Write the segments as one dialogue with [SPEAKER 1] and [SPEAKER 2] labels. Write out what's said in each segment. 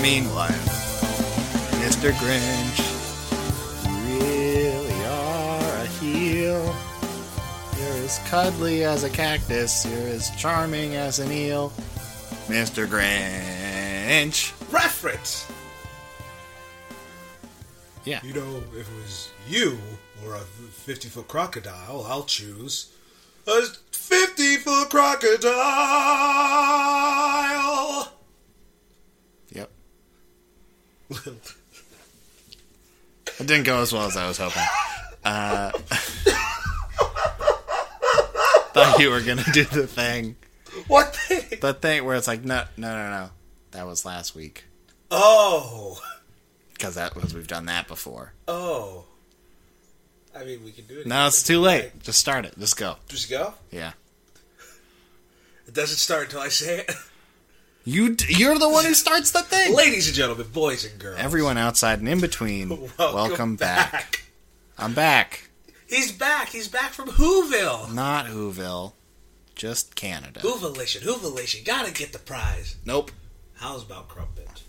[SPEAKER 1] meanwhile, Mr. Grinch, you really are a heel. You're as cuddly as a cactus, you're as charming as an eel. Mr. Grinch.
[SPEAKER 2] Reference!
[SPEAKER 1] Yeah.
[SPEAKER 2] You know, if it was you or a 50 foot crocodile, I'll choose a 50 foot crocodile!
[SPEAKER 1] Yep. It didn't go as well as I was hoping. Uh, thought you were gonna do the thing,
[SPEAKER 2] what the?
[SPEAKER 1] the thing where it's like, no, no, no, no, that was last week
[SPEAKER 2] Oh!
[SPEAKER 1] because that was we've done that before.
[SPEAKER 2] Oh. I mean, we can do it.
[SPEAKER 1] Now it's too late. Just start it. Just go.
[SPEAKER 2] Just go?
[SPEAKER 1] Yeah.
[SPEAKER 2] It doesn't start until I say it.
[SPEAKER 1] You d- you're the one who starts the thing.
[SPEAKER 2] Ladies and gentlemen, boys and girls.
[SPEAKER 1] Everyone outside and in between, welcome, back. I'm back.
[SPEAKER 2] He's back. He's back from Whoville.
[SPEAKER 1] Not Whoville, just Canada.
[SPEAKER 2] Whovilation. Whovilation. Gotta get the prize.
[SPEAKER 1] Nope.
[SPEAKER 2] How's about crumpet?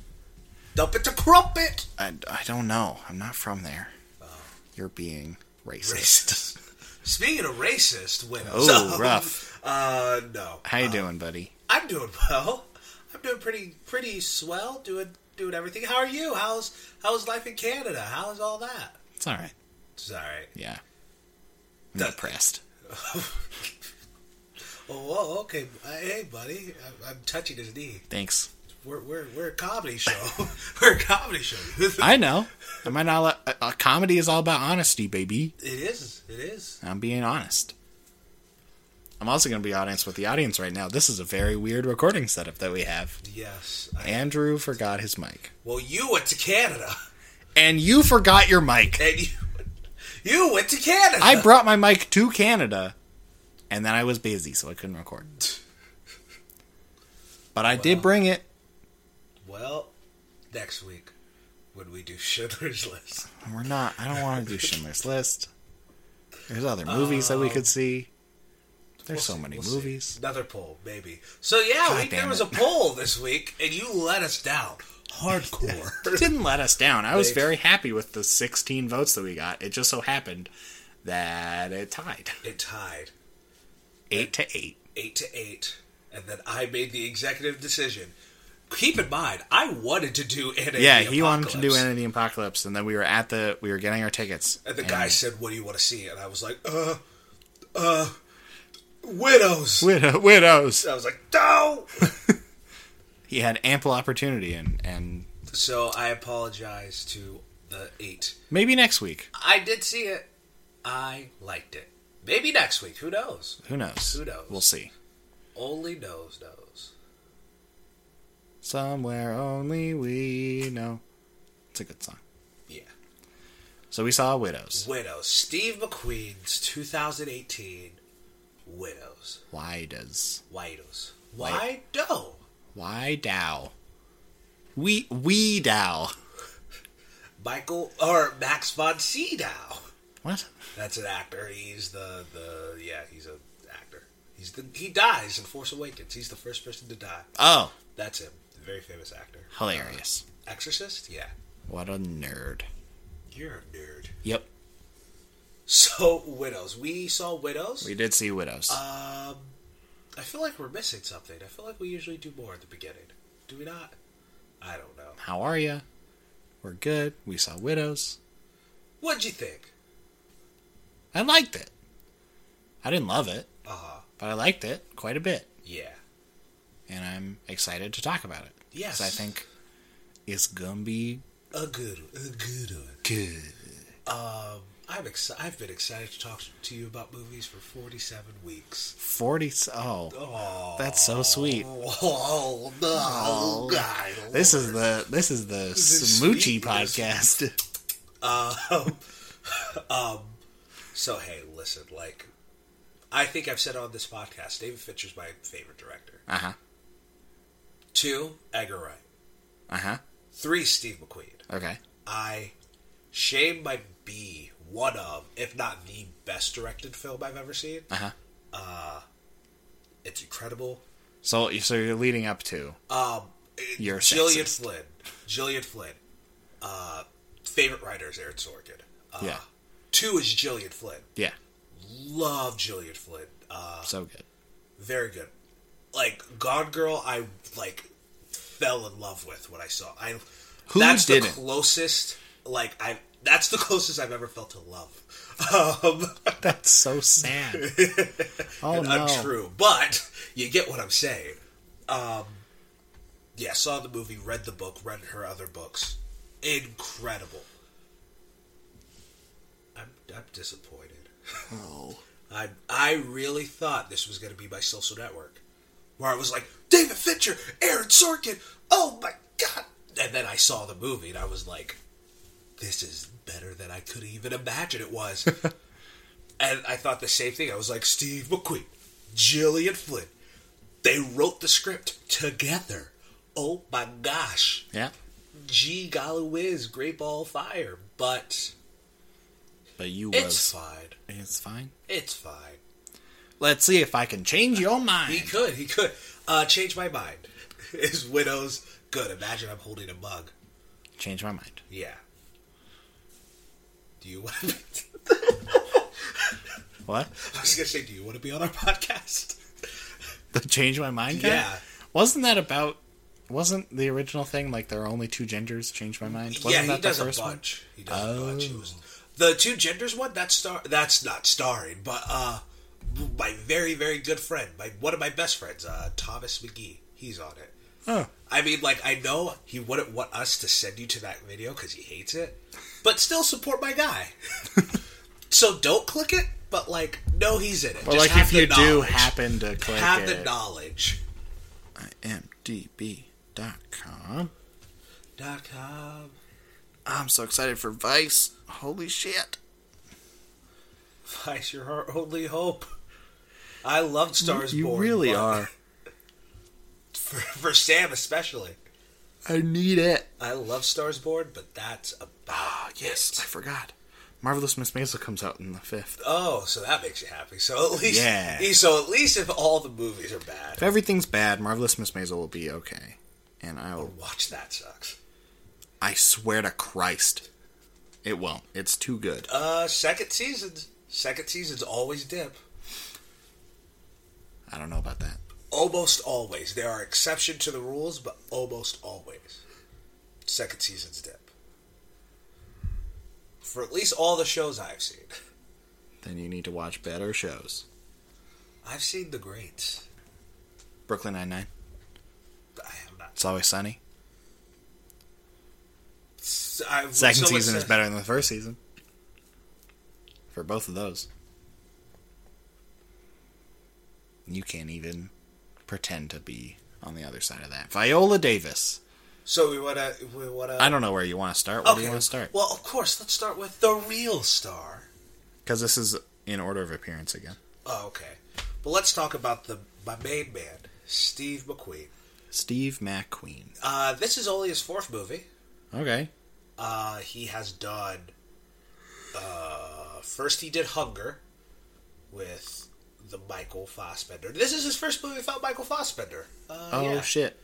[SPEAKER 2] Dump it to crumpet.
[SPEAKER 1] I, I don't know. I'm not from there. You're being
[SPEAKER 2] Racist. Speaking of racist, women.
[SPEAKER 1] Oh, rough.
[SPEAKER 2] Uh, no.
[SPEAKER 1] How you doing, buddy?
[SPEAKER 2] I'm doing well. I'm doing pretty, pretty swell. Doing, doing everything. How are you? How's, how's life in Canada? How's all that?
[SPEAKER 1] It's all right.
[SPEAKER 2] It's all right.
[SPEAKER 1] Yeah. I'm
[SPEAKER 2] That-
[SPEAKER 1] depressed.
[SPEAKER 2] Oh, whoa, okay. Uh, Hey, buddy. I'm, I'm touching his knee.
[SPEAKER 1] Thanks.
[SPEAKER 2] We're, we're, we're a comedy show. we're a comedy show. it
[SPEAKER 1] I know. Am I not? Uh, uh, comedy is all about honesty, baby.
[SPEAKER 2] is. It is.
[SPEAKER 1] I'm being honest. I'm also going to be audience with the audience right now. This is a very weird recording setup that we have.
[SPEAKER 2] Yes. I,
[SPEAKER 1] Andrew forgot his mic,
[SPEAKER 2] well, you went to Canada,
[SPEAKER 1] and you forgot your mic.
[SPEAKER 2] and you you went to Canada.
[SPEAKER 1] I brought my mic to Canada, and then I was busy, so I couldn't record. But I did bring it.
[SPEAKER 2] well, next week when we do Schindler's List,
[SPEAKER 1] We're not. I don't want to do Schindler's List. There's other movies that we could see. There's so many
[SPEAKER 2] Oh. We'll see.
[SPEAKER 1] movies.
[SPEAKER 2] Another poll, maybe. So yeah, we,
[SPEAKER 1] damn
[SPEAKER 2] there was
[SPEAKER 1] it.
[SPEAKER 2] a poll this week, and you let us down hardcore.
[SPEAKER 1] Didn't let us down. I was
[SPEAKER 2] They-
[SPEAKER 1] very happy with the 16 votes that we got. It just so happened that it tied
[SPEAKER 2] it tied
[SPEAKER 1] eight to eight.
[SPEAKER 2] eight to eight, and then I made the executive decision. Keep in mind, I wanted to do NAD
[SPEAKER 1] Yeah, he wanted to do
[SPEAKER 2] Apocalypse.
[SPEAKER 1] Entity Apocalypse, and then we were at the we were getting our tickets.
[SPEAKER 2] And the guy said, "What do you want to see?" And I was like, "Uh, uh, widows."
[SPEAKER 1] Widow, widows.
[SPEAKER 2] I was like, "No."
[SPEAKER 1] He had ample opportunity, and and
[SPEAKER 2] so I apologize to the eight.
[SPEAKER 1] maybe next week.
[SPEAKER 2] I did see it. I liked it. Maybe next week. Who knows?
[SPEAKER 1] Who knows?
[SPEAKER 2] Who knows?
[SPEAKER 1] We'll see.
[SPEAKER 2] Only knows knows.
[SPEAKER 1] Somewhere only we know. It's a good song.
[SPEAKER 2] Yeah.
[SPEAKER 1] So we saw Widows.
[SPEAKER 2] Widows. Steve McQueen's 2018 Widows.
[SPEAKER 1] Why does
[SPEAKER 2] Widows. Why do?
[SPEAKER 1] why Dow? We we Dow.
[SPEAKER 2] Michael or Max von Sydow.
[SPEAKER 1] What?
[SPEAKER 2] That's an actor. He's the the yeah. He's an actor. He's the he dies in Force Awakens. He's the first person to die.
[SPEAKER 1] Oh,
[SPEAKER 2] That's him. Very famous actor.
[SPEAKER 1] hilarious!
[SPEAKER 2] Exorcist. Yeah.
[SPEAKER 1] What a nerd.
[SPEAKER 2] You're a nerd.
[SPEAKER 1] Yep,
[SPEAKER 2] So widows. We saw widows.
[SPEAKER 1] we did see Widows.
[SPEAKER 2] um, I feel like we're missing something. I feel like we usually do more at the beginning. Do we not? I don't know.
[SPEAKER 1] How are ya? We're good. We saw Widows.
[SPEAKER 2] What'd you think?
[SPEAKER 1] I liked it. I didn't love it,
[SPEAKER 2] Uh huh.
[SPEAKER 1] but I liked it quite a bit,
[SPEAKER 2] Yeah.
[SPEAKER 1] and I'm excited to talk about it. 'Cause
[SPEAKER 2] Yes.
[SPEAKER 1] I think it's gonna be
[SPEAKER 2] A good a good one.
[SPEAKER 1] good.
[SPEAKER 2] Um, I'm exci- I've been excited to talk to you about movies for 47 weeks.
[SPEAKER 1] Forty. s- Oh,
[SPEAKER 2] Oh.
[SPEAKER 1] that's so sweet.
[SPEAKER 2] Oh no, God!
[SPEAKER 1] This is the this is the
[SPEAKER 2] is
[SPEAKER 1] Smoochie
[SPEAKER 2] sweet.
[SPEAKER 1] podcast.
[SPEAKER 2] um, um, so hey, listen, like I think I've said on this podcast, David Fincher's my favorite director.
[SPEAKER 1] Uh huh.
[SPEAKER 2] Two, Edgar Wright.
[SPEAKER 1] Uh huh.
[SPEAKER 2] Three, Steve McQueen.
[SPEAKER 1] Okay.
[SPEAKER 2] I shame might be one of, if not the best directed film I've ever seen.
[SPEAKER 1] Uh huh.
[SPEAKER 2] It's incredible.
[SPEAKER 1] So so you're leading up to
[SPEAKER 2] Um,
[SPEAKER 1] You're
[SPEAKER 2] Jillian
[SPEAKER 1] sexist.
[SPEAKER 2] Flynn. Gillian Flynn. Uh, favorite writer is Aaron Sorkin. Uh,
[SPEAKER 1] Yeah.
[SPEAKER 2] Two is Gillian Flynn.
[SPEAKER 1] Yeah.
[SPEAKER 2] Love Gillian Flynn. Uh,
[SPEAKER 1] So good.
[SPEAKER 2] very good. Like Gone Girl, I like fell in love with what I saw. I
[SPEAKER 1] Who
[SPEAKER 2] that's
[SPEAKER 1] didn't?
[SPEAKER 2] the closest. Like I, that's the closest I've ever felt to love. Um,
[SPEAKER 1] That's so sad. oh
[SPEAKER 2] and
[SPEAKER 1] no.
[SPEAKER 2] untrue, but you get what I'm saying. Um, yeah, saw the movie, read the book, read her other books. Incredible. I'm, I'm disappointed.
[SPEAKER 1] Oh.
[SPEAKER 2] I I really thought this was going to be my social network, where I was like David Fincher, Aaron Sorkin. Oh my god! And then I saw the movie and I was like, this is better than I could even imagine it was. and I thought the same thing. I was like Steve McQueen, Gillian Flynn. They wrote the script together. Oh my gosh!
[SPEAKER 1] Yeah.
[SPEAKER 2] Gee golly whiz, great ball of fire. But
[SPEAKER 1] But you was.
[SPEAKER 2] it's fine.
[SPEAKER 1] It's fine.
[SPEAKER 2] It's fine.
[SPEAKER 1] Let's see if I can change your
[SPEAKER 2] He
[SPEAKER 1] mind.
[SPEAKER 2] could. He could. Uh, change my mind. His widow's good. Imagine I'm holding a mug.
[SPEAKER 1] Change my mind.
[SPEAKER 2] Yeah. Do you want? To be,
[SPEAKER 1] What?
[SPEAKER 2] I was gonna say, do you want to be on our podcast?
[SPEAKER 1] The change my mind guy?
[SPEAKER 2] Yeah.
[SPEAKER 1] Wasn't that about? Wasn't the original thing like there are only two genders? Change my mind. Wasn't
[SPEAKER 2] yeah,
[SPEAKER 1] that
[SPEAKER 2] he does
[SPEAKER 1] the
[SPEAKER 2] a
[SPEAKER 1] first one? Oh.
[SPEAKER 2] bunch. He does a bunch. He was, the two genders one. That's star. That's not starring, but uh, my very very good friend, my one of my best friends, uh, Thomas McGee. He's on it.
[SPEAKER 1] Oh.
[SPEAKER 2] I mean, like, I know he wouldn't want us to send you to that video because he hates it, but still support my guy. so don't click it, but like, no, he's in it.
[SPEAKER 1] But
[SPEAKER 2] Just
[SPEAKER 1] like
[SPEAKER 2] have
[SPEAKER 1] if
[SPEAKER 2] the
[SPEAKER 1] you do
[SPEAKER 2] knowledge.
[SPEAKER 1] happen to click
[SPEAKER 2] have the
[SPEAKER 1] it,
[SPEAKER 2] knowledge.
[SPEAKER 1] imdb.com.
[SPEAKER 2] Dot com.
[SPEAKER 1] I'm so excited for Vice. Holy shit.
[SPEAKER 2] Vice, you're our only hope. I loved Stars
[SPEAKER 1] you
[SPEAKER 2] Born.
[SPEAKER 1] really
[SPEAKER 2] but-
[SPEAKER 1] are.
[SPEAKER 2] for, for Sam especially.
[SPEAKER 1] I need it.
[SPEAKER 2] I love Stars Born, but that's about
[SPEAKER 1] Ah, Yes, I
[SPEAKER 2] it.
[SPEAKER 1] forgot. Marvelous Miss Maisel comes out in the fifth.
[SPEAKER 2] Oh, so that makes you happy. So at least,
[SPEAKER 1] Yeah.
[SPEAKER 2] So at least if all the movies are bad,
[SPEAKER 1] If everything's bad, Marvelous Miss Maisel will be okay. And I'll
[SPEAKER 2] watch that sucks.
[SPEAKER 1] I swear to Christ. It won't. It's too good.
[SPEAKER 2] Uh, second seasons. Second seasons always dip.
[SPEAKER 1] I don't know about that.
[SPEAKER 2] Almost always. There are exceptions to the rules, but almost always. Second seasons dip. For at least all the shows I've seen.
[SPEAKER 1] Then you need to watch better shows.
[SPEAKER 2] I've seen the greats.
[SPEAKER 1] Brooklyn Nine Nine.
[SPEAKER 2] but I have not.
[SPEAKER 1] It's always sunny.
[SPEAKER 2] S- I- when
[SPEAKER 1] Second
[SPEAKER 2] someone
[SPEAKER 1] season is
[SPEAKER 2] says-
[SPEAKER 1] better than the first season. For both of those. You can't even pretend to be on the other side of that. Viola Davis.
[SPEAKER 2] So we wanna we wanna.
[SPEAKER 1] I don't know where you want to start. Where do you want to start?
[SPEAKER 2] Well, of course, let's start with the real star.
[SPEAKER 1] Because this is in order of appearance again.
[SPEAKER 2] Oh, okay. But let's talk about the my main man, Steve McQueen.
[SPEAKER 1] Steve McQueen.
[SPEAKER 2] Uh, this is only his fourth movie.
[SPEAKER 1] Okay.
[SPEAKER 2] Uh, he has done. Uh, first, he did Hunger with the Michael Fassbender. This is his first movie without Michael Fassbender. Uh,
[SPEAKER 1] Oh
[SPEAKER 2] yeah.
[SPEAKER 1] shit.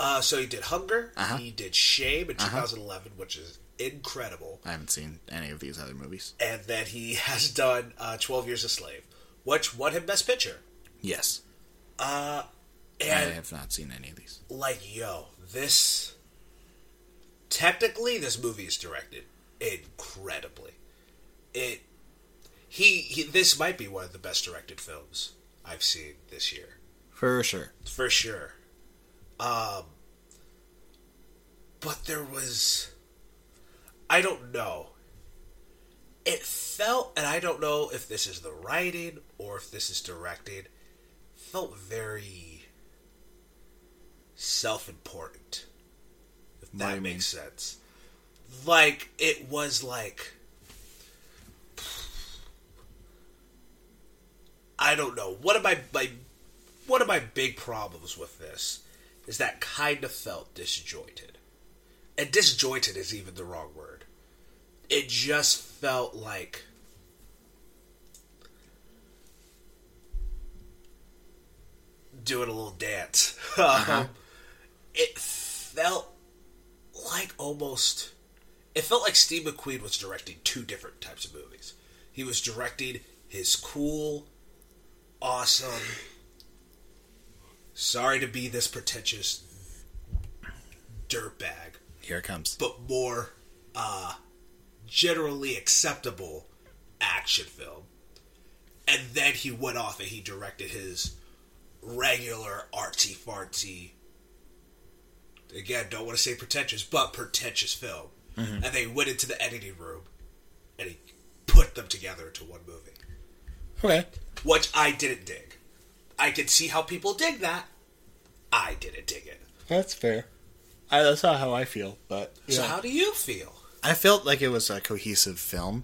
[SPEAKER 2] Uh, so he did Hunger.
[SPEAKER 1] Uh-huh.
[SPEAKER 2] He did Shame in 2011, which is incredible.
[SPEAKER 1] I haven't seen any of these other movies.
[SPEAKER 2] And then he has done uh, 12 Years a Slave, which won him Best Picture. Uh,
[SPEAKER 1] Yes. I
[SPEAKER 2] And
[SPEAKER 1] have not seen any of these.
[SPEAKER 2] like yo this technically this movie is directed incredibly it he, he this might be one of the best directed films i've seen this year
[SPEAKER 1] For sure.
[SPEAKER 2] for sure um but there was i don't know it felt and i don't know if this is the writing or if this is directed felt very self-important if
[SPEAKER 1] do
[SPEAKER 2] that
[SPEAKER 1] you
[SPEAKER 2] makes sense like it was like i don't know one of my, my one of my big problems with this is that kind of felt disjointed and disjointed is even the wrong word it just felt like doing a little dance. Um, it felt like almost. It felt like Steve McQueen was directing two different types of movies. He was directing his cool, awesome. Sorry to be this pretentious dirtbag,
[SPEAKER 1] Here it comes.
[SPEAKER 2] but more uh, generally acceptable action film. And then he went off and he directed his regular artsy fartsy. Again, don't want to say pretentious, but pretentious film. And they went into the editing room and he put them together into one movie,
[SPEAKER 1] Okay.
[SPEAKER 2] which I didn't dig. I could see how people dig that. I didn't dig it.
[SPEAKER 1] That's fair. I, that's not how I feel, but
[SPEAKER 2] So, how do you feel?
[SPEAKER 1] I felt like it was a cohesive film.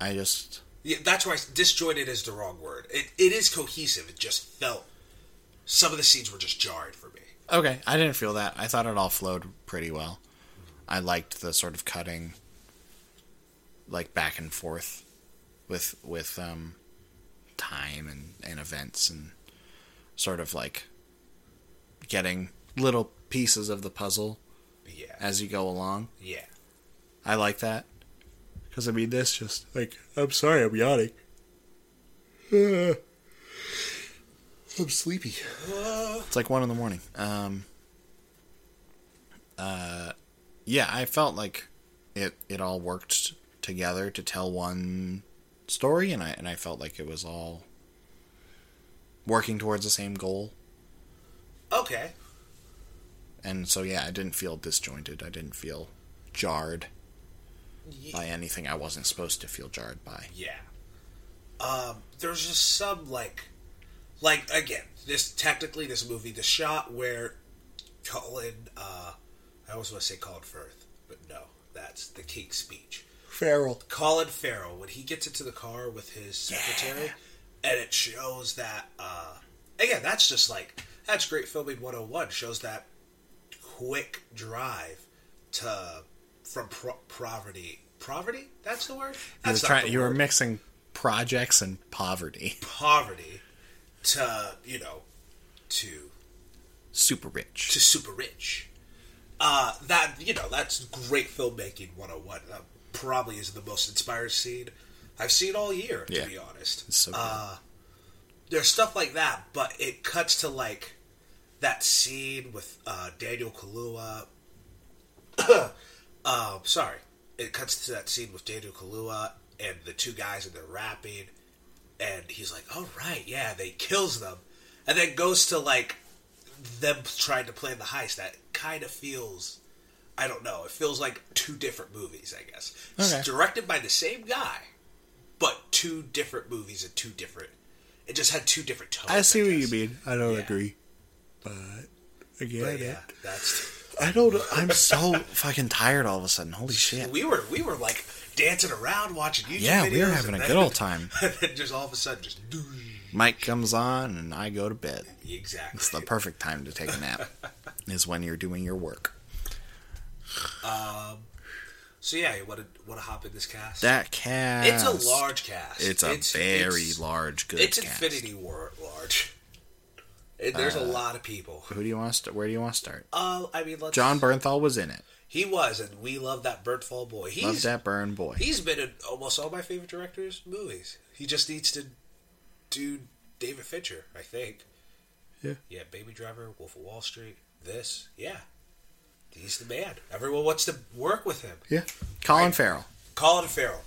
[SPEAKER 1] I just
[SPEAKER 2] Yeah, that's why disjointed is the wrong word. It, it is cohesive. It just felt. Some of the scenes were just jarred for me.
[SPEAKER 1] okay. I didn't feel that. I thought it all flowed pretty well. I liked the sort of cutting, like back and forth, with with um, time and and events and sort of like getting little pieces of the puzzle
[SPEAKER 2] Yeah.
[SPEAKER 1] as you go along.
[SPEAKER 2] yeah.
[SPEAKER 1] I like that. Because, I mean, this just, like, I'm sorry, I'm yawning. Uh, I'm sleepy. It's like one in the morning. Um, uh, yeah, I felt like it, it all worked together to tell one story, and I, and I felt like it was all working towards the same goal.
[SPEAKER 2] Okay.
[SPEAKER 1] And so, yeah, I didn't feel disjointed. I didn't feel jarred
[SPEAKER 2] Ye-
[SPEAKER 1] by anything I wasn't supposed to feel jarred by.
[SPEAKER 2] Yeah. Um, there's just some like, like again, this technically this movie, the shot where Colin, uh, I always want to say Colin Firth, but no, that's the King's speech.
[SPEAKER 1] Feral.
[SPEAKER 2] Colin Farrell when he gets into the car with his secretary, and it shows that uh, again. That's just like that's great filming 101. Shows that quick drive to from pro- poverty. Poverty? That's the word.
[SPEAKER 1] You were,
[SPEAKER 2] That's not
[SPEAKER 1] trying,
[SPEAKER 2] the
[SPEAKER 1] you were
[SPEAKER 2] word.
[SPEAKER 1] mixing projects and poverty.
[SPEAKER 2] poverty to you know to
[SPEAKER 1] Super rich.
[SPEAKER 2] to super rich. Uh, that you know, that's great filmmaking 101. That probably is the most inspired scene I've seen all year, to
[SPEAKER 1] Yeah.
[SPEAKER 2] be honest. Uh,
[SPEAKER 1] It's so good.
[SPEAKER 2] Ah, There's stuff like that, but it cuts to like that scene with uh, Daniel Kalua. um, sorry, it cuts to that scene with Daniel Kalua and the two guys, and they're rapping, and he's like, "All right, yeah," they kills them, and then goes to like them trying to plan the heist. That kind of feels, I don't know, it feels like two different movies. I guess It's
[SPEAKER 1] Okay.
[SPEAKER 2] directed by the same guy, but two different movies and two different. It just had two different tones.
[SPEAKER 1] I see what you
[SPEAKER 2] guess.
[SPEAKER 1] mean. I don't
[SPEAKER 2] Yeah.
[SPEAKER 1] agree. But again,
[SPEAKER 2] But yeah, that's.
[SPEAKER 1] I don't. I'm so fucking tired all of a sudden. Holy shit.
[SPEAKER 2] We were we were like dancing around watching YouTube.
[SPEAKER 1] Yeah, we were
[SPEAKER 2] videos,
[SPEAKER 1] having
[SPEAKER 2] and
[SPEAKER 1] a
[SPEAKER 2] then-
[SPEAKER 1] good old time.
[SPEAKER 2] and then just all of a sudden, just
[SPEAKER 1] Mike comes on and I go to bed.
[SPEAKER 2] exactly.
[SPEAKER 1] It's the perfect time to take a nap, is when you're doing your work.
[SPEAKER 2] So yeah, you want to want to hop in this cast?
[SPEAKER 1] That cast.
[SPEAKER 2] it's a large cast.
[SPEAKER 1] It's a very
[SPEAKER 2] it's-
[SPEAKER 1] large, good
[SPEAKER 2] It's
[SPEAKER 1] cast.
[SPEAKER 2] Infinity War large. And there's
[SPEAKER 1] Uh,
[SPEAKER 2] a lot of people.
[SPEAKER 1] Who do you want to start? Where do you want to start?
[SPEAKER 2] Uh, I mean, let's,
[SPEAKER 1] John Bernthal was in it.
[SPEAKER 2] He was, and we love that Birdfall boy.
[SPEAKER 1] Love
[SPEAKER 2] He's
[SPEAKER 1] that burn boy.
[SPEAKER 2] he's been in almost all my favorite directors' movies. He just needs to do David Fincher, I think.
[SPEAKER 1] Yeah.
[SPEAKER 2] Yeah, Baby Driver, Wolf of Wall Street, this. Yeah. He's the man. Everyone wants to work with him.
[SPEAKER 1] Yeah. Colin Farrell.
[SPEAKER 2] Colin Farrell.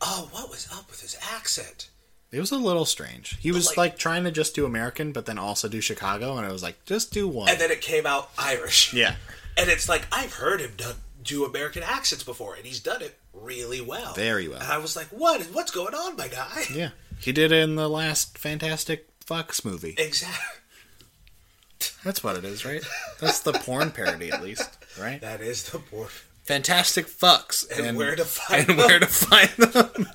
[SPEAKER 2] Oh, what was up with his accent?
[SPEAKER 1] It was a little strange. He was
[SPEAKER 2] like-
[SPEAKER 1] like, trying to just do American, but then also do Chicago, and it was like just do one.
[SPEAKER 2] And then it came out Irish.
[SPEAKER 1] yeah,
[SPEAKER 2] And it's like, I've heard him done, do American accents before, and he's done it really well.
[SPEAKER 1] Very well.
[SPEAKER 2] And I was like, what? What's going on, my guy?
[SPEAKER 1] yeah. He did it in the last Fantastic Fox movie.
[SPEAKER 2] Exactly.
[SPEAKER 1] That's what it is, right? That's the porn parody, at least, right?
[SPEAKER 2] That is the board.
[SPEAKER 1] Fantastic Fucks
[SPEAKER 2] And, where to find
[SPEAKER 1] and
[SPEAKER 2] them.
[SPEAKER 1] where to find them.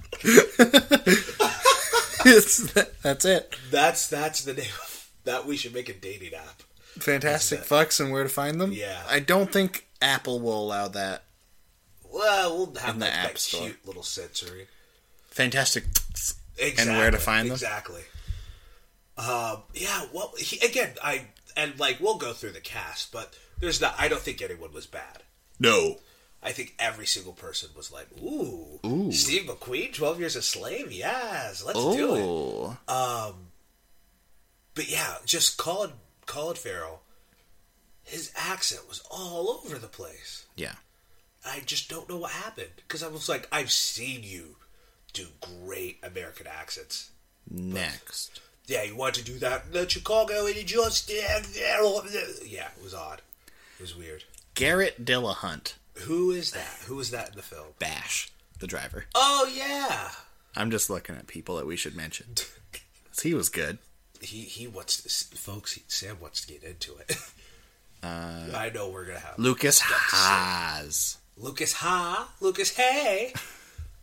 [SPEAKER 1] It's- that's it.
[SPEAKER 2] That's that's the name. of- That we should make a dating app.
[SPEAKER 1] Fantastic Fucks and where to find them.
[SPEAKER 2] Yeah.
[SPEAKER 1] I don't think Apple will allow that.
[SPEAKER 2] Well, we'll have
[SPEAKER 1] In the
[SPEAKER 2] like,
[SPEAKER 1] app
[SPEAKER 2] that
[SPEAKER 1] store.
[SPEAKER 2] cute little sensory.
[SPEAKER 1] Fantastic.
[SPEAKER 2] Exactly.
[SPEAKER 1] where to find them?
[SPEAKER 2] exactly. Um, yeah. Well, he, again, I and like we'll go through the cast, but there's not. I don't think anyone was bad.
[SPEAKER 1] No.
[SPEAKER 2] I think every single person was like, "Ooh,
[SPEAKER 1] Ooh.
[SPEAKER 2] Steve McQueen, Twelve Years a Slave, yes, let's do it." Uh, Um,
[SPEAKER 1] Oh.
[SPEAKER 2] But yeah, just Colin Colin Farrell, his accent was all over the place.
[SPEAKER 1] Yeah.
[SPEAKER 2] I just don't know what happened because I was like, I've seen you do great American accents.
[SPEAKER 1] Next.
[SPEAKER 2] Yeah, you want to do that? The Chicago and you just yeah, it was odd. It was weird.
[SPEAKER 1] Garrett Dillahunt.
[SPEAKER 2] Who is that? Who is that in the film?
[SPEAKER 1] Bash, the driver.
[SPEAKER 2] Oh yeah,
[SPEAKER 1] I'm just looking at people that we should mention. he was good.
[SPEAKER 2] he he wants to, folks. He, Sam wants to get into it. I know we're gonna have
[SPEAKER 1] Lucas Haas.
[SPEAKER 2] Lucas Ha, Lucas Hay.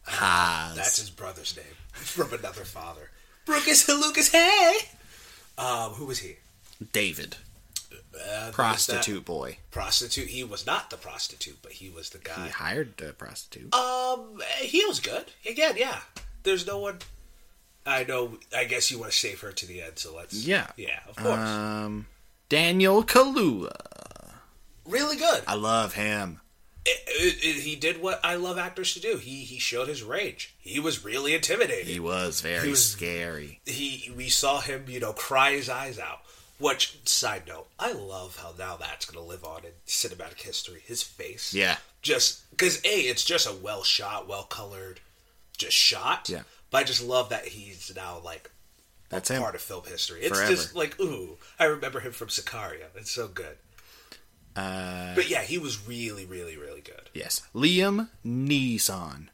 [SPEAKER 1] Haas.
[SPEAKER 2] That's his brother's name from another father. Lucas Lucas Hay. Um, who was he?
[SPEAKER 1] David.
[SPEAKER 2] Uh,
[SPEAKER 1] Prostitute boy.
[SPEAKER 2] Prostitute. He was not the prostitute, but he was the
[SPEAKER 1] He
[SPEAKER 2] guy.
[SPEAKER 1] hired a prostitute.
[SPEAKER 2] Um, he was good again. Yeah, there's no one. I know. I guess you want to save her to the end, so let's.
[SPEAKER 1] Yeah.
[SPEAKER 2] yeah, of course.
[SPEAKER 1] Um, Daniel Kalua.
[SPEAKER 2] really good.
[SPEAKER 1] I love him.
[SPEAKER 2] It, it, it, he did what I love actors to do. He he showed his range. He was really intimidating.
[SPEAKER 1] He was very
[SPEAKER 2] He was-
[SPEAKER 1] scary.
[SPEAKER 2] he we saw him, you know, cry his eyes out. Which side note, I love how now that's going to live on in cinematic history. His face,
[SPEAKER 1] Yeah.
[SPEAKER 2] just because a it's just a well shot, well colored, just shot.
[SPEAKER 1] Yeah.
[SPEAKER 2] but I just love that he's now like
[SPEAKER 1] That's him.
[SPEAKER 2] part of film history. It's
[SPEAKER 1] Forever.
[SPEAKER 2] just like ooh, I remember him from Sicario. It's so good. Uh, but yeah, he was really, really, really good.
[SPEAKER 1] Yes. Liam Neeson.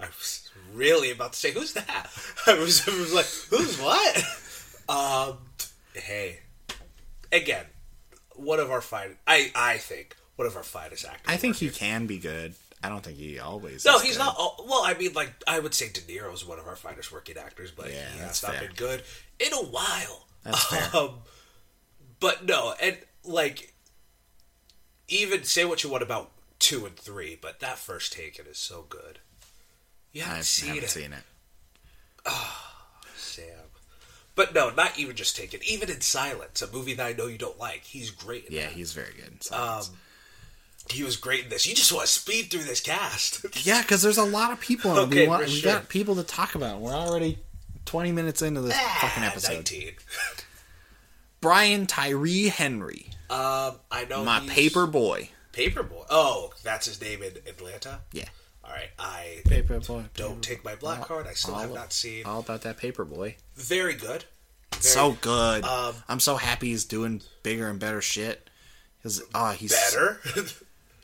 [SPEAKER 2] I was really about to say, "Who's that?" I was, I was like, "Who's what?" um, hey, again, one of our fine. I I think one of our finest actors.
[SPEAKER 1] I think he can be good. I don't think he always
[SPEAKER 2] No,
[SPEAKER 1] is
[SPEAKER 2] he's
[SPEAKER 1] good.
[SPEAKER 2] not. All, well, I mean, like I would say De Niro is one of our finest working actors, but
[SPEAKER 1] Yeah,
[SPEAKER 2] he
[SPEAKER 1] that's
[SPEAKER 2] has not
[SPEAKER 1] fair.
[SPEAKER 2] been good in a while.
[SPEAKER 1] That's fair.
[SPEAKER 2] Um, but no, and like even say what you want about two and three, but that first taken is so good. You
[SPEAKER 1] I
[SPEAKER 2] haven't
[SPEAKER 1] haven't
[SPEAKER 2] seen it.
[SPEAKER 1] seen it.
[SPEAKER 2] Sam. But no, not even just Taken. Even in Silence, a movie that I know you don't like, he's great. in
[SPEAKER 1] Yeah,
[SPEAKER 2] that.
[SPEAKER 1] he's very good. in Silence.
[SPEAKER 2] he was great in this. You just want to speed through this cast.
[SPEAKER 1] yeah, because there's a lot of people, and we
[SPEAKER 2] Okay,
[SPEAKER 1] want
[SPEAKER 2] for
[SPEAKER 1] we
[SPEAKER 2] sure.
[SPEAKER 1] got people to talk about. We're already 20 minutes into this fucking
[SPEAKER 2] Ah,
[SPEAKER 1] episode.
[SPEAKER 2] Nineteen.
[SPEAKER 1] Brian Tyree Henry,
[SPEAKER 2] Um, I know
[SPEAKER 1] my
[SPEAKER 2] he's-
[SPEAKER 1] paper boy.
[SPEAKER 2] Paperboy. Oh, that's his name in Atlanta.
[SPEAKER 1] Yeah,
[SPEAKER 2] All right, I
[SPEAKER 1] paper boy.
[SPEAKER 2] don't take my black card. I still
[SPEAKER 1] all
[SPEAKER 2] have
[SPEAKER 1] of-
[SPEAKER 2] not seen.
[SPEAKER 1] All about that paper boy.
[SPEAKER 2] Very good. Very
[SPEAKER 1] So good.
[SPEAKER 2] Um,
[SPEAKER 1] I'm so happy he's doing bigger and better shit. Cause ah, he's
[SPEAKER 2] better.